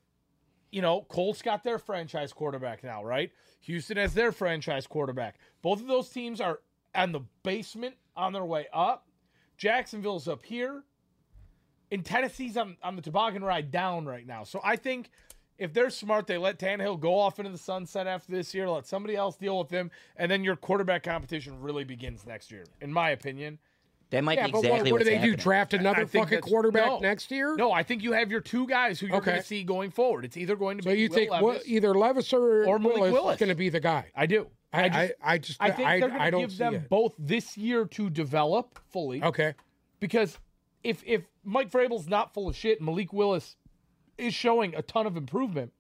you know, Colts got their franchise quarterback now, right? Houston has their franchise quarterback. Both of those teams are on the basement on their way up. Jacksonville's up here. And Tennessee's on, on the toboggan ride down right now. So I think if they're smart, they let Tannehill go off into the sunset after this year, let somebody else deal with him, and then your quarterback competition really begins next year, in my opinion. That might Yeah, be but exactly what, what do what's they happening. do? Draft another I think fucking that's- quarterback no. next year? No, I think you have your two guys who you're Okay. going to see going forward. It's either going to So be you Will think Levis, what, either Levis or, Or Malik Willis, Willis. is going to be the guy? I do. I, I just, I, I just I think I, they're going I to don't give see them it. Oh. both this year to develop fully. Okay, Because if if Mike Vrabel's not full of shit, Malik Willis is showing a ton of improvement.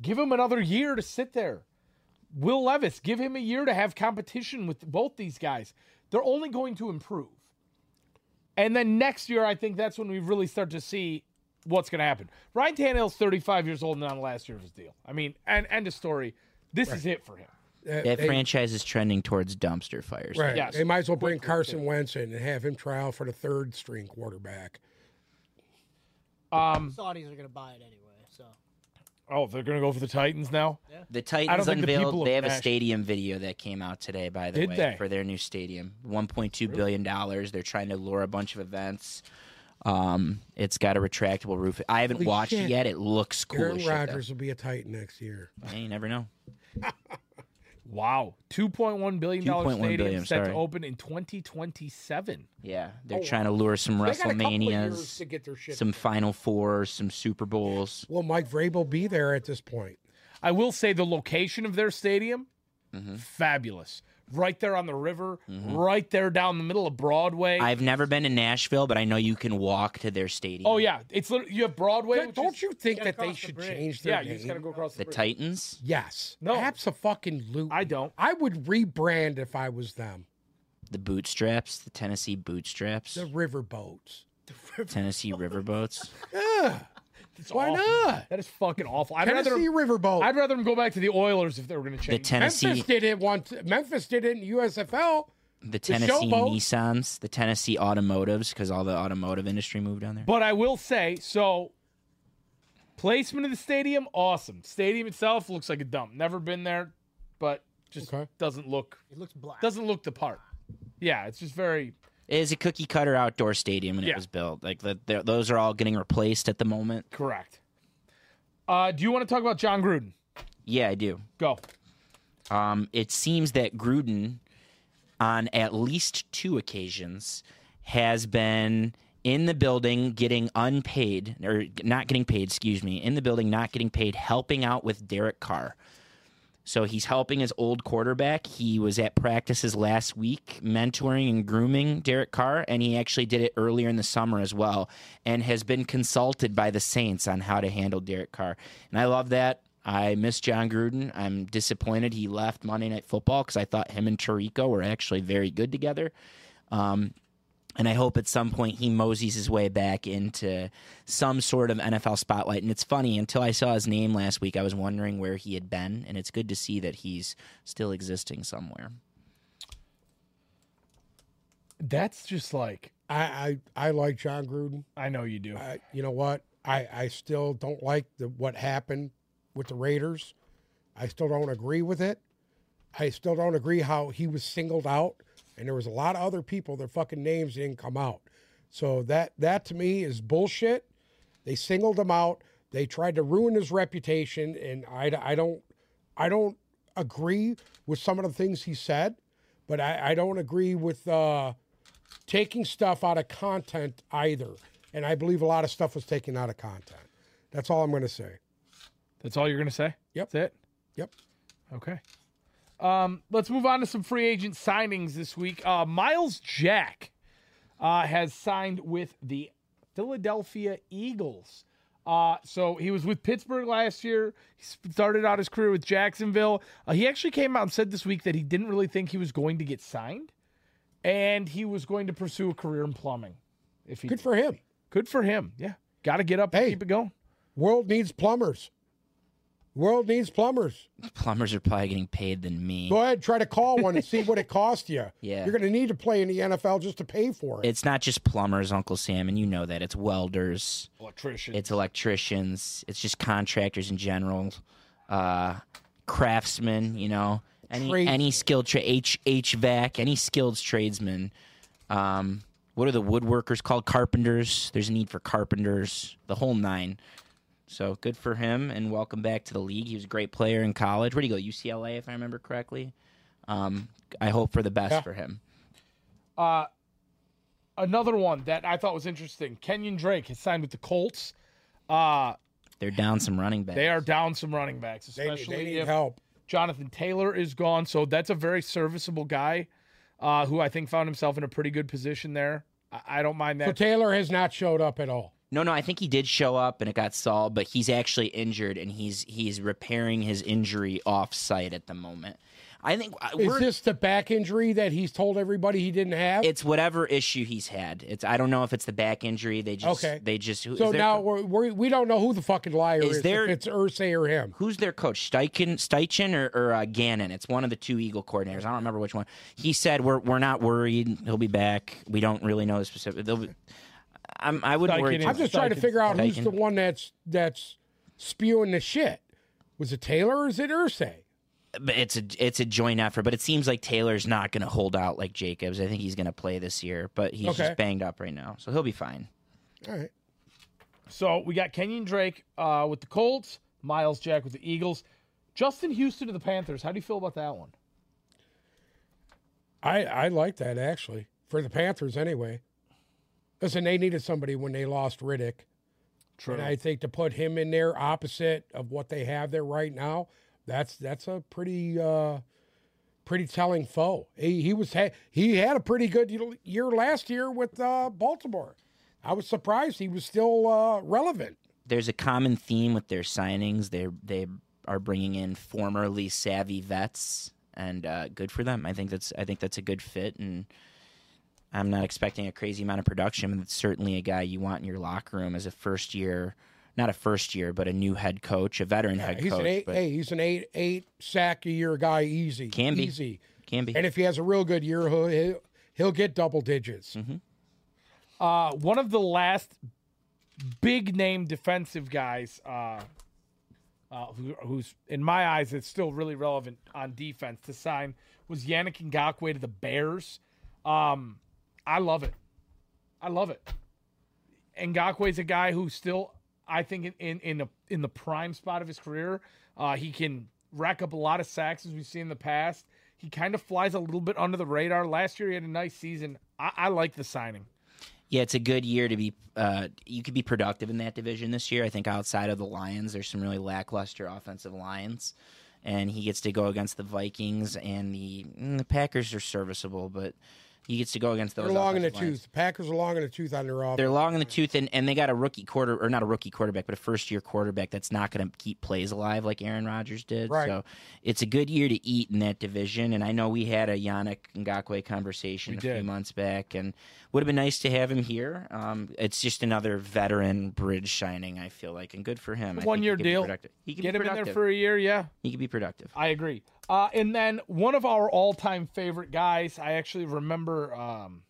Give him another year to sit there. Will Levis, give him a year to have competition with both these guys. They're only going to improve. And then next year, I think that's when we really start to see what's going to happen. Ryan Tannehill's 35 years old and on the last year of his deal. I mean, and end of story. This is it for him. Uh, That they- franchise is trending towards dumpster fires. right. Yes. They might as well bring Carson Wentz in and have him try out for the third string quarterback. Um, Saudis are gonna buy it anyway, <laughs> so oh, they're going to go for the Titans now? The Titans think the people unveiled. of they have a Nash- stadium video that came out today, by the Did way, they? for their new stadium. One point two billion dollars. They're trying to lure a bunch of events. Um, it's got a retractable roof. I haven't Holy watched shit. it yet. It looks cool. as Aaron shit, though. Rodgers will be a Titan next year. Yeah, you never know. Wow, two point one billion dollars 2.1 stadium billion, set to sorry. open in twenty twenty seven. Yeah, they're trying to lure some Oh, They got a couple of years to WrestleManias, get their shit. some Final Fours, some Super Bowls. Will Mike Vrabel be there at this point? I will say the location of their stadium, fabulous. Right there on the river, right there down the middle of Broadway. I've never been to Nashville, but I know you can walk to their stadium. oh yeah, it's lit- you have Broadway. which Don't is- you think gotta that they cross the should bridge. change their Yeah, name? you just gotta go across the, the bridge. Titans. yes. No. Absolutely. I don't. I would rebrand if I was them. the bootstraps, the Tennessee bootstraps, The riverboats. Tennessee riverboats. It's Why awful. not? That is fucking awful. I'd rather Tennessee Riverboat. I'd rather them go back to the Oilers if they were going to The change. Tennessee, Memphis did it once. Memphis did it in USFL. the Tennessee showboat. Nissans, the Tennessee automotives, because all the automotive industry moved down there. But I will say, so placement of the stadium, awesome. Stadium itself looks like a dump. Never been there, but just Okay. doesn't look It looks black. doesn't look the part. Yeah, it's just very It is a cookie cutter outdoor stadium, and Yeah. it was built like the, the, those are all getting replaced at the moment. correct. Uh, do you want to talk about John Gruden? Yeah, I do. Go. Um, it seems that Gruden, on at least two occasions, has been in the building getting unpaid or not getting paid. Excuse me, in the building not getting paid, helping out with Derek Carr. So he's helping his old quarterback. He was at practices last week mentoring and grooming Derek Carr, and he actually did it earlier in the summer as well, and has been consulted by the Saints on how to handle Derek Carr. And I love that. I miss John Gruden. I'm disappointed he left Monday Night Football because I thought him and Tarico were actually very good together. Um, and I hope at some point he moseys his way back into some sort of NFL spotlight. And it's funny, until I saw his name last week, I was wondering where he had been. And it's good to see that he's still existing somewhere. <laughs> That's just like I, I, I like John Gruden. I know you do. I, you know what? I, I still don't like the, what happened with the Raiders. I still don't agree with it. I still don't agree how he was singled out, and there was a lot of other people. Their fucking names didn't come out. So that that to me is bullshit. They singled him out. They tried to ruin his reputation, and I, I don't I don't agree with some of the things he said, but I, I don't agree with. Uh, taking stuff out of content either. And I believe a lot of stuff was taken out of content. That's all I'm going to say. That's all you're going to say? Yep. That's it? Yep. Okay. Um, let's move on to some free agent signings this week. Uh, Miles Jack uh, has signed with the Philadelphia Eagles. Uh, so he was with Pittsburgh last year. He started out his career with Jacksonville. Uh, he actually came out and said this week that he didn't really think he was going to get signed, and he was going to pursue a career in plumbing. If he Good for him. good for him, yeah, got to get up and Hey. keep it going. World needs plumbers. World needs plumbers. Plumbers are probably getting paid than me. Go ahead, try to call one and see what it cost you. <laughs> Yeah. You're going to need to play in the NFL just to pay for it. It's not just plumbers, Uncle Sam, and you know that. It's welders, Electrician. it's electricians, it's just contractors in general, uh, craftsmen, you know, any, any Tradesmen. skilled tra- H- HVAC, any skilled tradesman. Um, what are the woodworkers called? Carpenters. There's a need for carpenters, the whole nine. So good for him and welcome back to the league. He was a great player in college. Where'd he go? UCLA, if I remember correctly. Um, I hope for the best Yeah. for him. another one that I thought was interesting. Kenyon Drake has signed with the Colts. Uh, They're down some running backs. they are down some running backs, they, they especially need if help. Jonathan Taylor is gone. So that's a very serviceable guy uh, who I think found himself in a pretty good position there. I, I don't mind So that. Taylor has not showed up at all. No, no, I think he did show up and it got solved, but he's actually injured and he's he's repairing his injury off site at the moment. I think I- Is we're, this the back injury that he's told everybody he didn't have? it's whatever issue he's had. It's I don't know if it's the back injury. They just Okay. they just who, so is their- now we're, we're, we don't know who the fucking liar Is is. there- if it's Ursay or him. who's their coach? Steichen, Steichen or, or uh, Gannon? It's one of the two Eagle coordinators. I don't remember which one. He said we're we're not worried. He'll be back. We don't really know the specific. They'll be, I'm, I wouldn't Steichen worry. too is- I'm much. just trying to Steichen- figure out who's Steichen. the one that's that's spewing the shit. Was it Taylor or is it Ursay? but it's a it's a joint effort. But it seems like Taylor's not going to hold out like Jacobs. I think he's going to play this year, but he's Okay. just banged up right now, so he'll be fine. All right. So we got Kenyon Drake uh, with the Colts, Miles Jack with the Eagles, Justin Houston to the Panthers. How do you feel about that one? I I like that actually for the Panthers anyway. Listen, they needed somebody when they lost Riddick, True. and I think to put him in there opposite of what they have there right now, that's that's a pretty uh, pretty telling foe. He, he was ha- he had a pretty good year last year with uh, Baltimore. I was surprised he was still uh, relevant. There's a common theme with their signings. They they are bringing in formerly savvy vets, and uh, good for them. I think that's I think that's a good fit, and I'm not expecting a crazy amount of production, but it's certainly a guy you want in your locker room as a first year. not a first year, but a new head coach, a veteran head He's coach. an eight. but Hey, he's an eight eight sack a year guy. Easy. Can be. Easy. can be. And if he has a real good year, he'll he'll, he'll get double digits. Mm-hmm. Uh, one of the last big name defensive guys, uh, uh, who, who's in my eyes, it's still really relevant on defense to sign was Yannick Ngakwe to the Bears. Um, I love it. I love it. Ngakwe's a guy who still, I think, in in in, a, in the prime spot of his career, uh, he can rack up a lot of sacks as we've seen in the past. He kind of flies a little bit under the radar. Last year, he had a nice season. I, I like the signing. Yeah, it's a good year to be. Uh, you could be productive in that division this year. I think outside of the Lions, there's some really lackluster offensive lines, and he gets to go against the Vikings and the mm, the Packers are serviceable, but he gets to go against those. They're long in the offensive lines. tooth. The Packers are long in the tooth on their offense. They're long in the tooth, and, and they got a rookie quarter or not a rookie quarterback, but a first year quarterback that's not going to keep plays alive like Aaron Rodgers did. Right. So it's a good year to eat in that division. And I know we had a Yannick Ngakwe conversation a few did. months back, and would have been nice to have him here. Um, it's just another veteran bridge shining, I feel like, and good for him. I think he One-year could be deal. productive. He could Get be him in productive. there for a year, yeah. He could be productive. I agree. Uh, and then one of our all-time favorite guys, I actually remember um,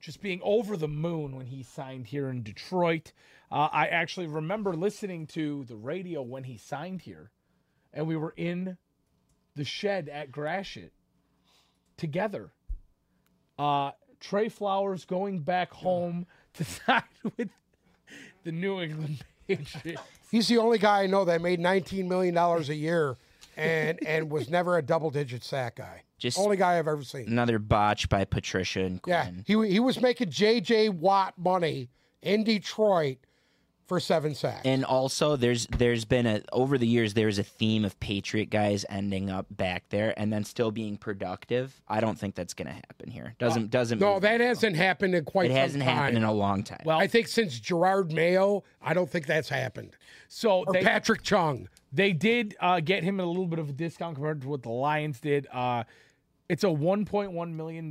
just being over the moon when he signed here in Detroit. Uh, I actually remember listening to the radio when he signed here, and we were in the shed at Gratiot together. Uh, Trey Flowers going back home to <laughs> side with the New England Patriots. He's the only guy I know that made nineteen million dollars a year, <laughs> and and was never a double digit sack guy. Just Only guy I've ever seen. another botch by Patricia and Yeah, Quinn. he he was making J.J. Watt money in Detroit for seven sacks. And also, there's there's been a over the years there's a theme of Patriot guys ending up back there and then still being productive. I don't think that's going to happen here. Doesn't doesn't no, move. that hasn't happened in quite. it hasn't some time. happened in a long time. Well- I think since Gerard Mayo, I don't think that's happened. So Or they, Patrick Chung. They did uh, get him at a little bit of a discount compared to what the Lions did. Uh, it's a $1.1 million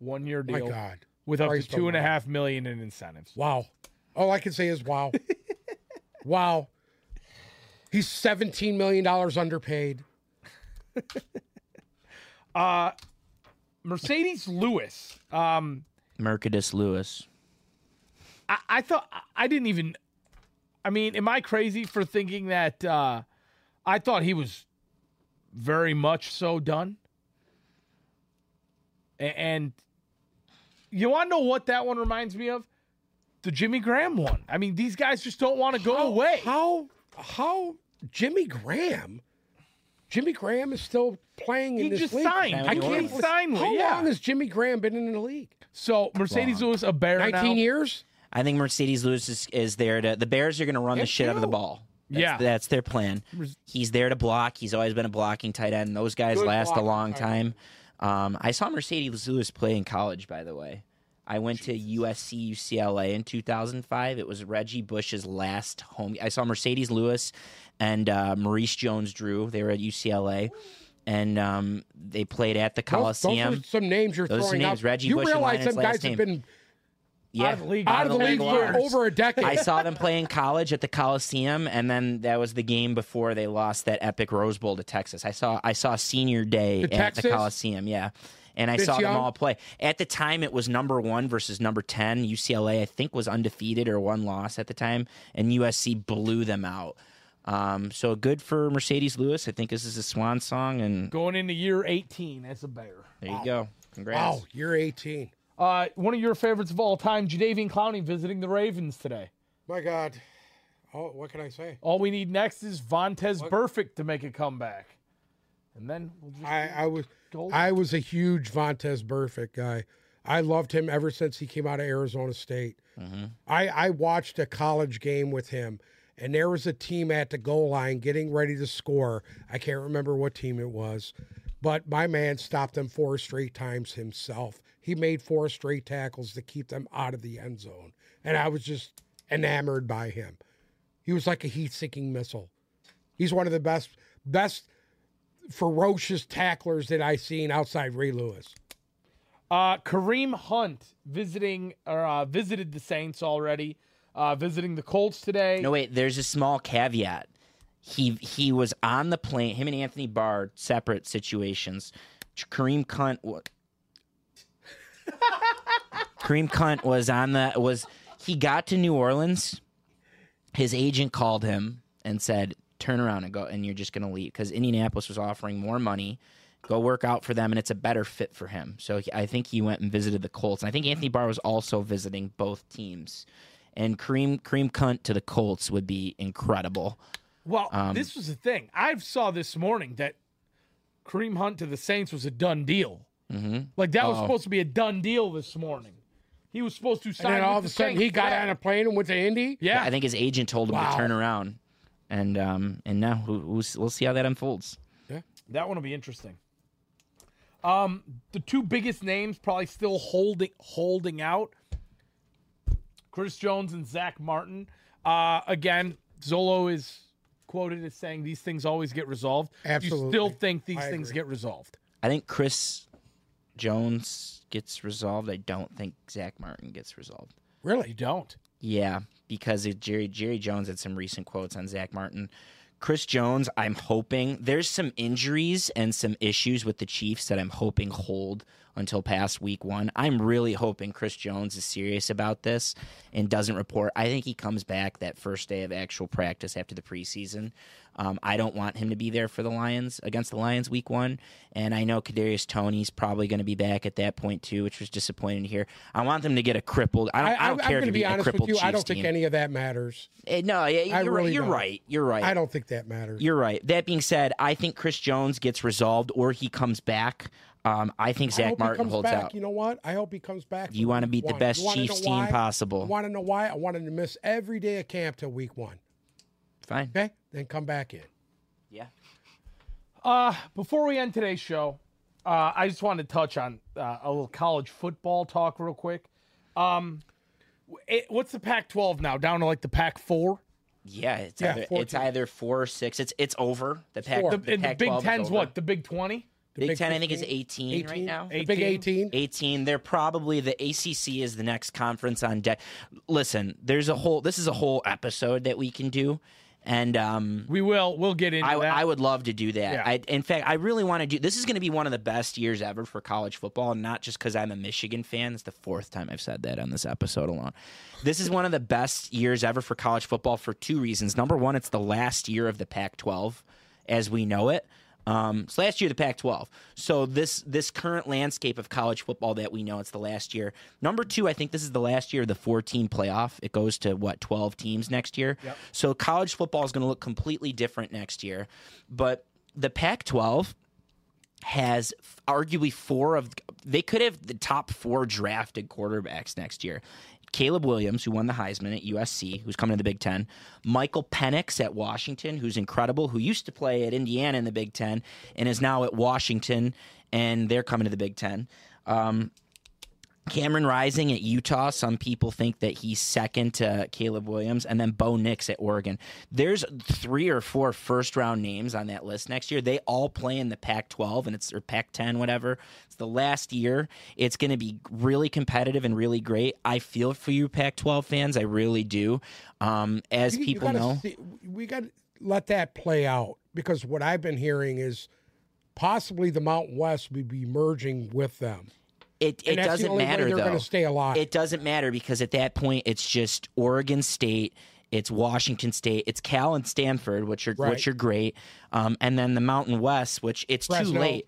one year Oh My deal God. with up to Christ two and a half million in incentives. Wow. All I can say is wow. <laughs> wow. He's $17 million underpaid. Mercedes Lewis. Um, Mercadus Lewis. I, I thought, I- I didn't even, I mean, am I crazy for thinking that uh, I thought he was very much so done? A- And you want to know what that one reminds me of? The Jimmy Graham one. I mean, these guys just don't want to go away. How, how, Jimmy Graham, Jimmy Graham is still playing in He this just league. signed. I I can't can't- sign How one. Yeah. long has Jimmy Graham been in the league? so Mercedes Long. Lewis a bear 19 now. years? I think Mercedes Lewis is, is there to. The Bears are going to run the Yes, shit out of the you. ball. That's, Yeah. that's their plan. He's there to block. He's always been a blocking tight end. Those guys Good last a blocking long tight time. Um, I saw Mercedes Lewis play in college, by the way. I went to USC UCLA in 2005. It was Reggie Bush's last home. I saw Mercedes Lewis and uh, Maurice Jones Drew. They were at UCLA, and um, they played at the Those, those Coliseum. are some names you're Those are throwing names, out. Reggie you Bush and realize Lion's some last guys name. have been yeah, of the league. out of the league for Lion's. over a decade. I saw them play in college at the Coliseum, and then that was the game before they lost that epic Rose Bowl to Texas. I saw I saw senior day To at the Texas? Coliseum, yeah. And I Vince saw them Young? all play. At the time, it was number one versus number 10. UCLA, I think, was undefeated or one loss at the time, and USC blew them out. Um, so good for Mercedes Lewis. I think this is a swan song, and Going into year 18 as a bear. there you go. Congrats. wow, you're 18. Uh, one of your favorites of all time, Jadavian Clowney visiting the Ravens today. My God. Oh, what can I say? All we need next is Vontez Perfect to make a comeback. And then we'll just I, I was go. I was a huge Vontez Burfict guy. I loved him ever since he came out of Arizona State. I, I watched a college game with him, and there was a team at the goal line getting ready to score. I can't remember what team it was, but my man stopped them four straight times himself. He made four straight tackles to keep them out of the end zone, and I was just enamored by him. He was like a heat-seeking missile. He's one of the best best ferocious tacklers that I seen outside Ray Lewis. Uh, Kareem Hunt visiting or uh, visited the Saints already. uh, visiting the Colts today. No, wait. There's a small caveat. He he was on the plane. Him and Anthony Barr, separate situations. Kareem Cunt. wa- <laughs> Kareem Cunt was on the was. He got to New Orleans. His agent called him and said, "Turn around and go, and you're just going to leave because Indianapolis was offering more money." Go work out for them, and it's a better fit for him. So he, I think he went and visited the Colts. And I think Anthony Barr was also visiting both teams. And Kareem Kareem Cunt to the Colts would be incredible. Well, this was the thing. I saw this morning that Kareem Hunt to the Saints was a done deal. Mm-hmm. Like that was supposed to be a done deal this morning. He was supposed to sign. And then all with of a the sudden, Saints he got today. on a plane and went to Indy. Yeah, I think his agent told him Wow. to turn around, and um, and now who, who's, we'll see how that unfolds. That one will be interesting. Um, the two biggest names probably still holding holding out. Chris Jones and Zach Martin. Uh, again, Zolo is quoted as saying these things always get resolved. You still Absolutely. think these I things agree. get resolved? I think Chris Jones gets resolved. I don't think Zach Martin gets resolved. You Really? don't. Yeah, because it, Jerry Jerry Jones had some recent quotes on Zach Martin. Chris Jones, I'm hoping there's some injuries and some issues with the Chiefs that I'm hoping hold until past week one. I'm really hoping Chris Jones is serious about this and doesn't report. I think he comes back that first day of actual practice after the preseason. Um, I don't want him to be there for the Lions against the Lions week one. And I know Kadarius Tony's probably going to be back at that point too, which was disappointing here. I want them to get a crippled. I don't, I, don't am going care if to you be beat a honest with crippled you. I Chiefs don't think team. any of that matters. Eh, No, yeah, you're, I right, really you're don't. right. You're right. I don't think that matters. You're right. That being said, I think Chris Jones gets resolved or he comes back. Um, I think I Zach hope he Martin comes holds back. out. You know what? I hope he comes back. You want to beat the best Chiefs team I possible. want to know why. I want him to miss every day of camp till week one. Fine. Okay, then come back in. Yeah. Uh, before we end today's show, uh, I just wanted to touch on uh, a little college football talk real quick. Um, it, what's the Pac-12 now? Down to like the Pac-4. Yeah, it's Yeah, either 14. it's either four or six. It's it's over. The pack four. the, The- and the Pac Big 12 is Ten's over. what? The Big 20? Big, Big Ten, I think, is 15, 18, 18? right now. The Big 18. 18 they're probably the acc is the next conference on deck listen there's a whole this is a whole episode that we can do and um We will. We'll get into I, that. I would love to do that. Yeah. I, in fact, I really want to do. This is going to be one of the best years ever for college football, and not just because I'm a Michigan fan. It's the fourth time I've said that on this episode alone. This is one of the best years ever for college football for two reasons. Number one, it's the last year of the Pac-12 as we know it. Um, so last year the Pac-12. So this this current landscape of college football that we know it's the last year. Number two, I think this is the last year of the four-team playoff. It goes to what twelve teams next year. So college football is going to look completely different next year. But the Pac-12 has f- arguably four of they could have the top four drafted quarterbacks next year. Caleb Williams, who won the Heisman at USC, who's coming to the Big Ten. Michael Penix at Washington, who's incredible, who used to play at Indiana in the Big Ten and is now at Washington, and they're coming to the Big Ten. Um, Cameron Rising at Utah. Some people think that he's second to Caleb Williams, and then Bo Nix at Oregon. There's three or four first round names on that list next year. They all play in the Pac 12 and it's or Pac 10, whatever. It's the last year. It's going to be really competitive and really great. I feel for you, Pac 12 fans. I really do. Um, as You- you people gotta know, see- we got to let that play out because what I've been hearing is possibly the Mountain West would be merging with them. it, it And that's the doesn't only way matter they're though. to stay alive. It doesn't matter because at that point it's just Oregon State, it's Washington State, it's Cal and Stanford, which are Right. which are great, um, and then the Mountain West, which it's too Fresno. late.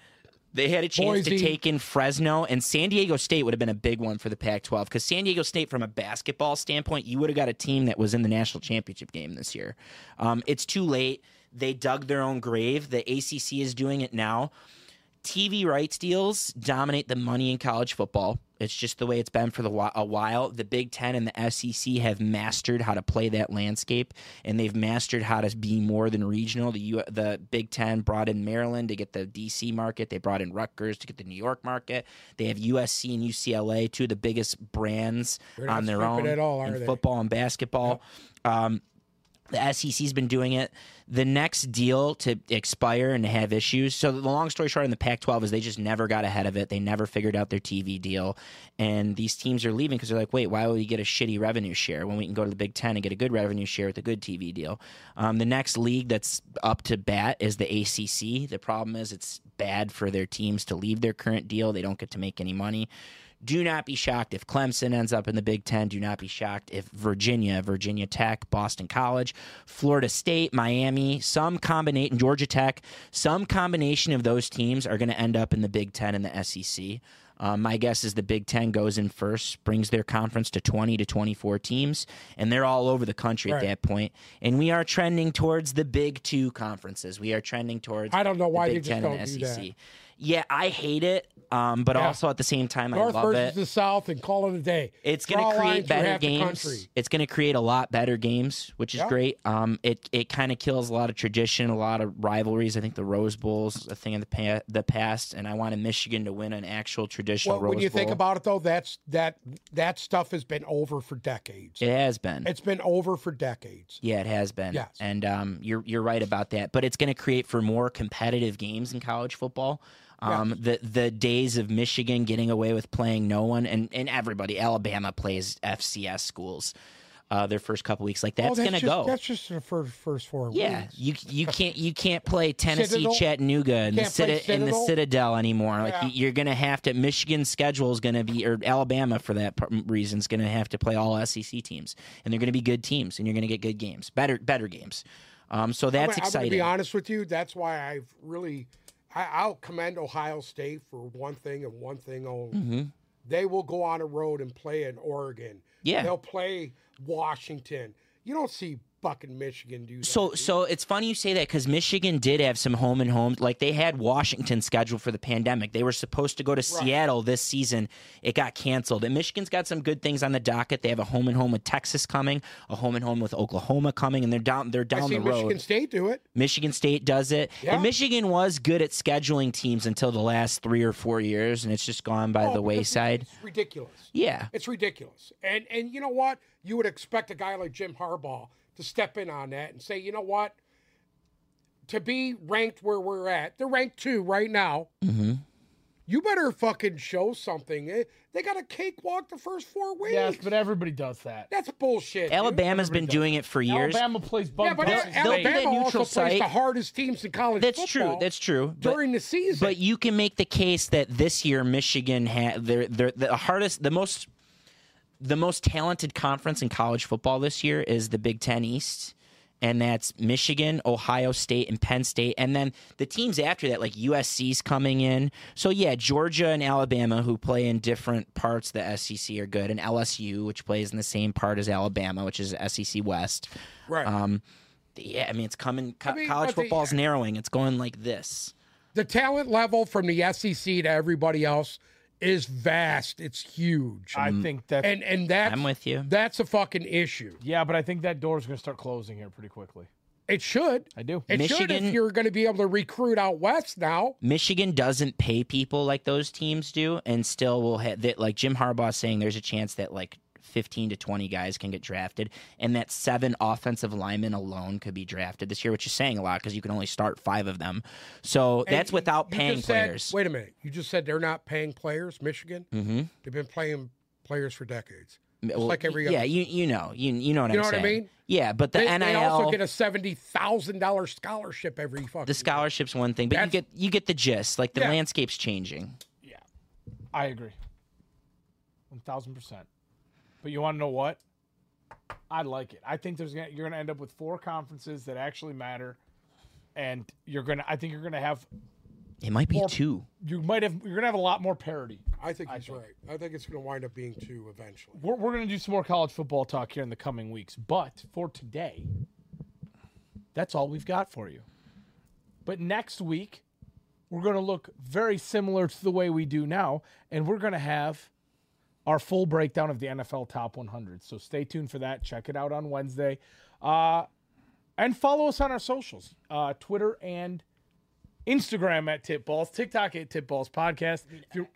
They had a chance to Boise. take in Fresno and San Diego State would have been a big one for the Pac-12 because San Diego State, from a basketball standpoint, you would have got a team that was in the national championship game this year. Um, it's too late. They dug their own grave. The ACC is doing it now. TV rights deals dominate the money in college football. It's just the way it's been for the whi- a while. The Big Ten and the SEC have mastered how to play that landscape, and they've mastered how to be more than regional. The U- the Big Ten brought in Maryland to get the DC market. They brought in Rutgers to get the New York market. They have USC and UCLA, two of the biggest brands They're not on their stupid own at all, are in they? football and basketball. Um, The SEC's been doing it. The next deal to expire and to have issues. So the long story short, in the Pac-12 is they just never got ahead of it. They never figured out their TV deal, and these teams are leaving because they're like, wait, why would we get a shitty revenue share when we can go to the Big Ten and get a good revenue share with a good TV deal? Um, the next league that's up to bat is the ACC. The problem is it's bad for their teams to leave their current deal. They don't get to make any money. Do not be shocked if Clemson ends up in the Big Ten. Do not be shocked if Virginia, Virginia Tech, Boston College, Florida State, Miami, some combination, Georgia Tech, some combination of those teams are going to end up in the Big Ten and the SEC. Um, my guess is the Big Ten goes in first, brings their conference to 20 to 24 teams, and they're all over the country at Right. that point. And we are trending towards the Big Two conferences. We are trending towards I don't know the why they Big just Ten and E don't the do SEC. that. Yeah, I hate it, um, but Yeah. also at the same time, North I love versus it. the South and call it a day. It's going Draw to lines create through better half the games. country. It's going to create a lot better games, which is Yeah. great. Um, it it kind of kills a lot of tradition, a lot of rivalries. I think the Rose Bowl's a thing of the pa- the past, and I wanted Michigan to win an actual traditional Well, Rose when you Bowl. think about it, though, that's that that stuff has been over for decades. it has been. It's been over for decades. Yeah, it has been. Yes. And um, you're you're right about that. But it's going to create for more competitive games in college football. Um, The the days of Michigan getting away with playing no one and, and everybody. Alabama plays FCS schools. Uh, their first couple weeks like that's, Oh, going to just, go. That's just the first first four Yeah, weeks. you you can't you can't play Tennessee Citadel? Chattanooga and the Can't play Cita- in the Citadel? Citadel anymore. Like Yeah. y- you're gonna have to. Michigan's schedule is gonna be or Alabama for that par- reason is gonna have to play all SEC teams, and they're gonna be good teams, and you're gonna get good games, better better games. Um, so that's I'm, I'm gonna exciting. be honest with you. That's why I've really, I, I'll commend Ohio State for one thing and one thing only. Mm-hmm. They will go on a road and play in Oregon. Yeah. they'll play Washington. You don't see fucking Michigan do that. So so it's funny you say that because Michigan did have some home and homes. Like they had Washington scheduled for the pandemic. They were supposed to go to Seattle this season. It got canceled. And Michigan's got some good things on the docket. They have a home and home with Texas coming, a home and home with Oklahoma coming, and they're down they're I down see the road. Michigan State do it. Michigan State does it. Yeah. And Michigan was good at scheduling teams until the last three or four years, and it's just gone Oh, by because the it- wayside. It's ridiculous. Yeah. It's ridiculous. And and you know what? You would expect a guy like Jim Harbaugh to step in on that and say, you know what? To be ranked where we're at, they're ranked two right now. hmm You better fucking show something. Eh, They got a cakewalk the first four weeks. Yes, but everybody does that. That's bullshit. dude. Alabama's been doing it for years. Alabama plays bum Yeah, but butts and they'll- bait. Alabama neutral also plays site- the hardest teams in college That's football true. That's true. But- during the season. But you can make the case that this year Michigan had they're, they're, the hardest, the most, the most talented conference in college football this year is the Big Ten East, and that's Michigan, Ohio State, and Penn State, and then the teams after that, like USC's coming in. So yeah, Georgia and Alabama, who play in different parts of the SEC, are good, and LSU, which plays in the same part as Alabama, which is SEC West. right. Um, yeah, I mean it's coming. co- I mean, college but the- football's narrowing. It's going like this. the talent level from the SEC to everybody else is vast. It's huge. I think that. and and that's Mm. I'm with you. That's a fucking issue. Yeah, but I think that door's going to start closing here pretty quickly. It should. I do. It should Michigan- if you're going to be able to recruit out west now. Michigan doesn't pay people like those teams do, and still will have that. Like Jim Harbaugh saying, there's a chance that like 15 to 20 guys can get drafted, and that seven offensive linemen alone could be drafted this year, which is saying a lot because you can only start five of them. So that's And without you paying just said- players. Wait a minute. You just said they're not paying players. Michigan. mm-hmm. They've been playing players for decades. well, like every yeah, other- you you know you you know what You I'm know what I saying. mean? Yeah, but the They, NIL they also get a seventy thousand dollar scholarship every fucking. the scholarship's one thing, but you That's- get you get the gist. Like the Yeah. landscape's changing. I agree. 1000%. But you want to know what? I like it. I think there's gonna, you're going to end up with four conferences that actually matter and you're going to I think you're going to have It might be Or- two. you might have you're going to have a lot more parity. I think he's right. I think it's going to wind up being two eventually. We're we're going to do some more college football talk here in the coming weeks, but for today that's all we've got for you. But next week we're going to look very similar to the way we do now and we're going to have our full breakdown of the NFL Top 100. So stay tuned for that. Check it out on Wednesday. Uh, and follow us on our socials uh, Twitter and Instagram at Tip Balls, TikTok at Tip Balls Podcast. If you're-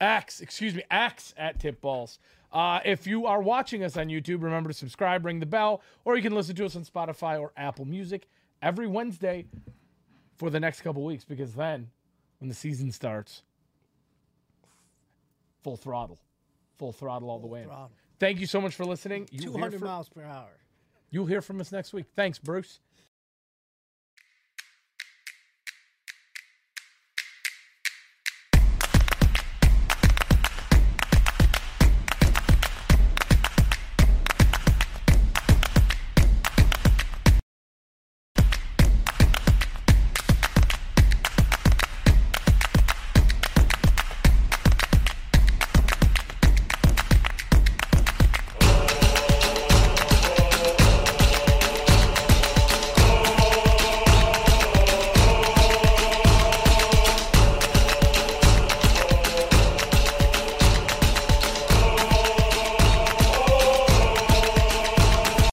X, excuse me, X at Tip Balls. Uh, if you are watching us on YouTube, remember to subscribe, ring the bell, or you can listen to us on Spotify or Apple Music every Wednesday for the next couple weeks because then when the season starts, full throttle, full throttle all the way. in. Throttle. Thank you so much for listening. You'll hear, 200 from, miles per hour. you'll hear from us next week. Thanks, Bruce.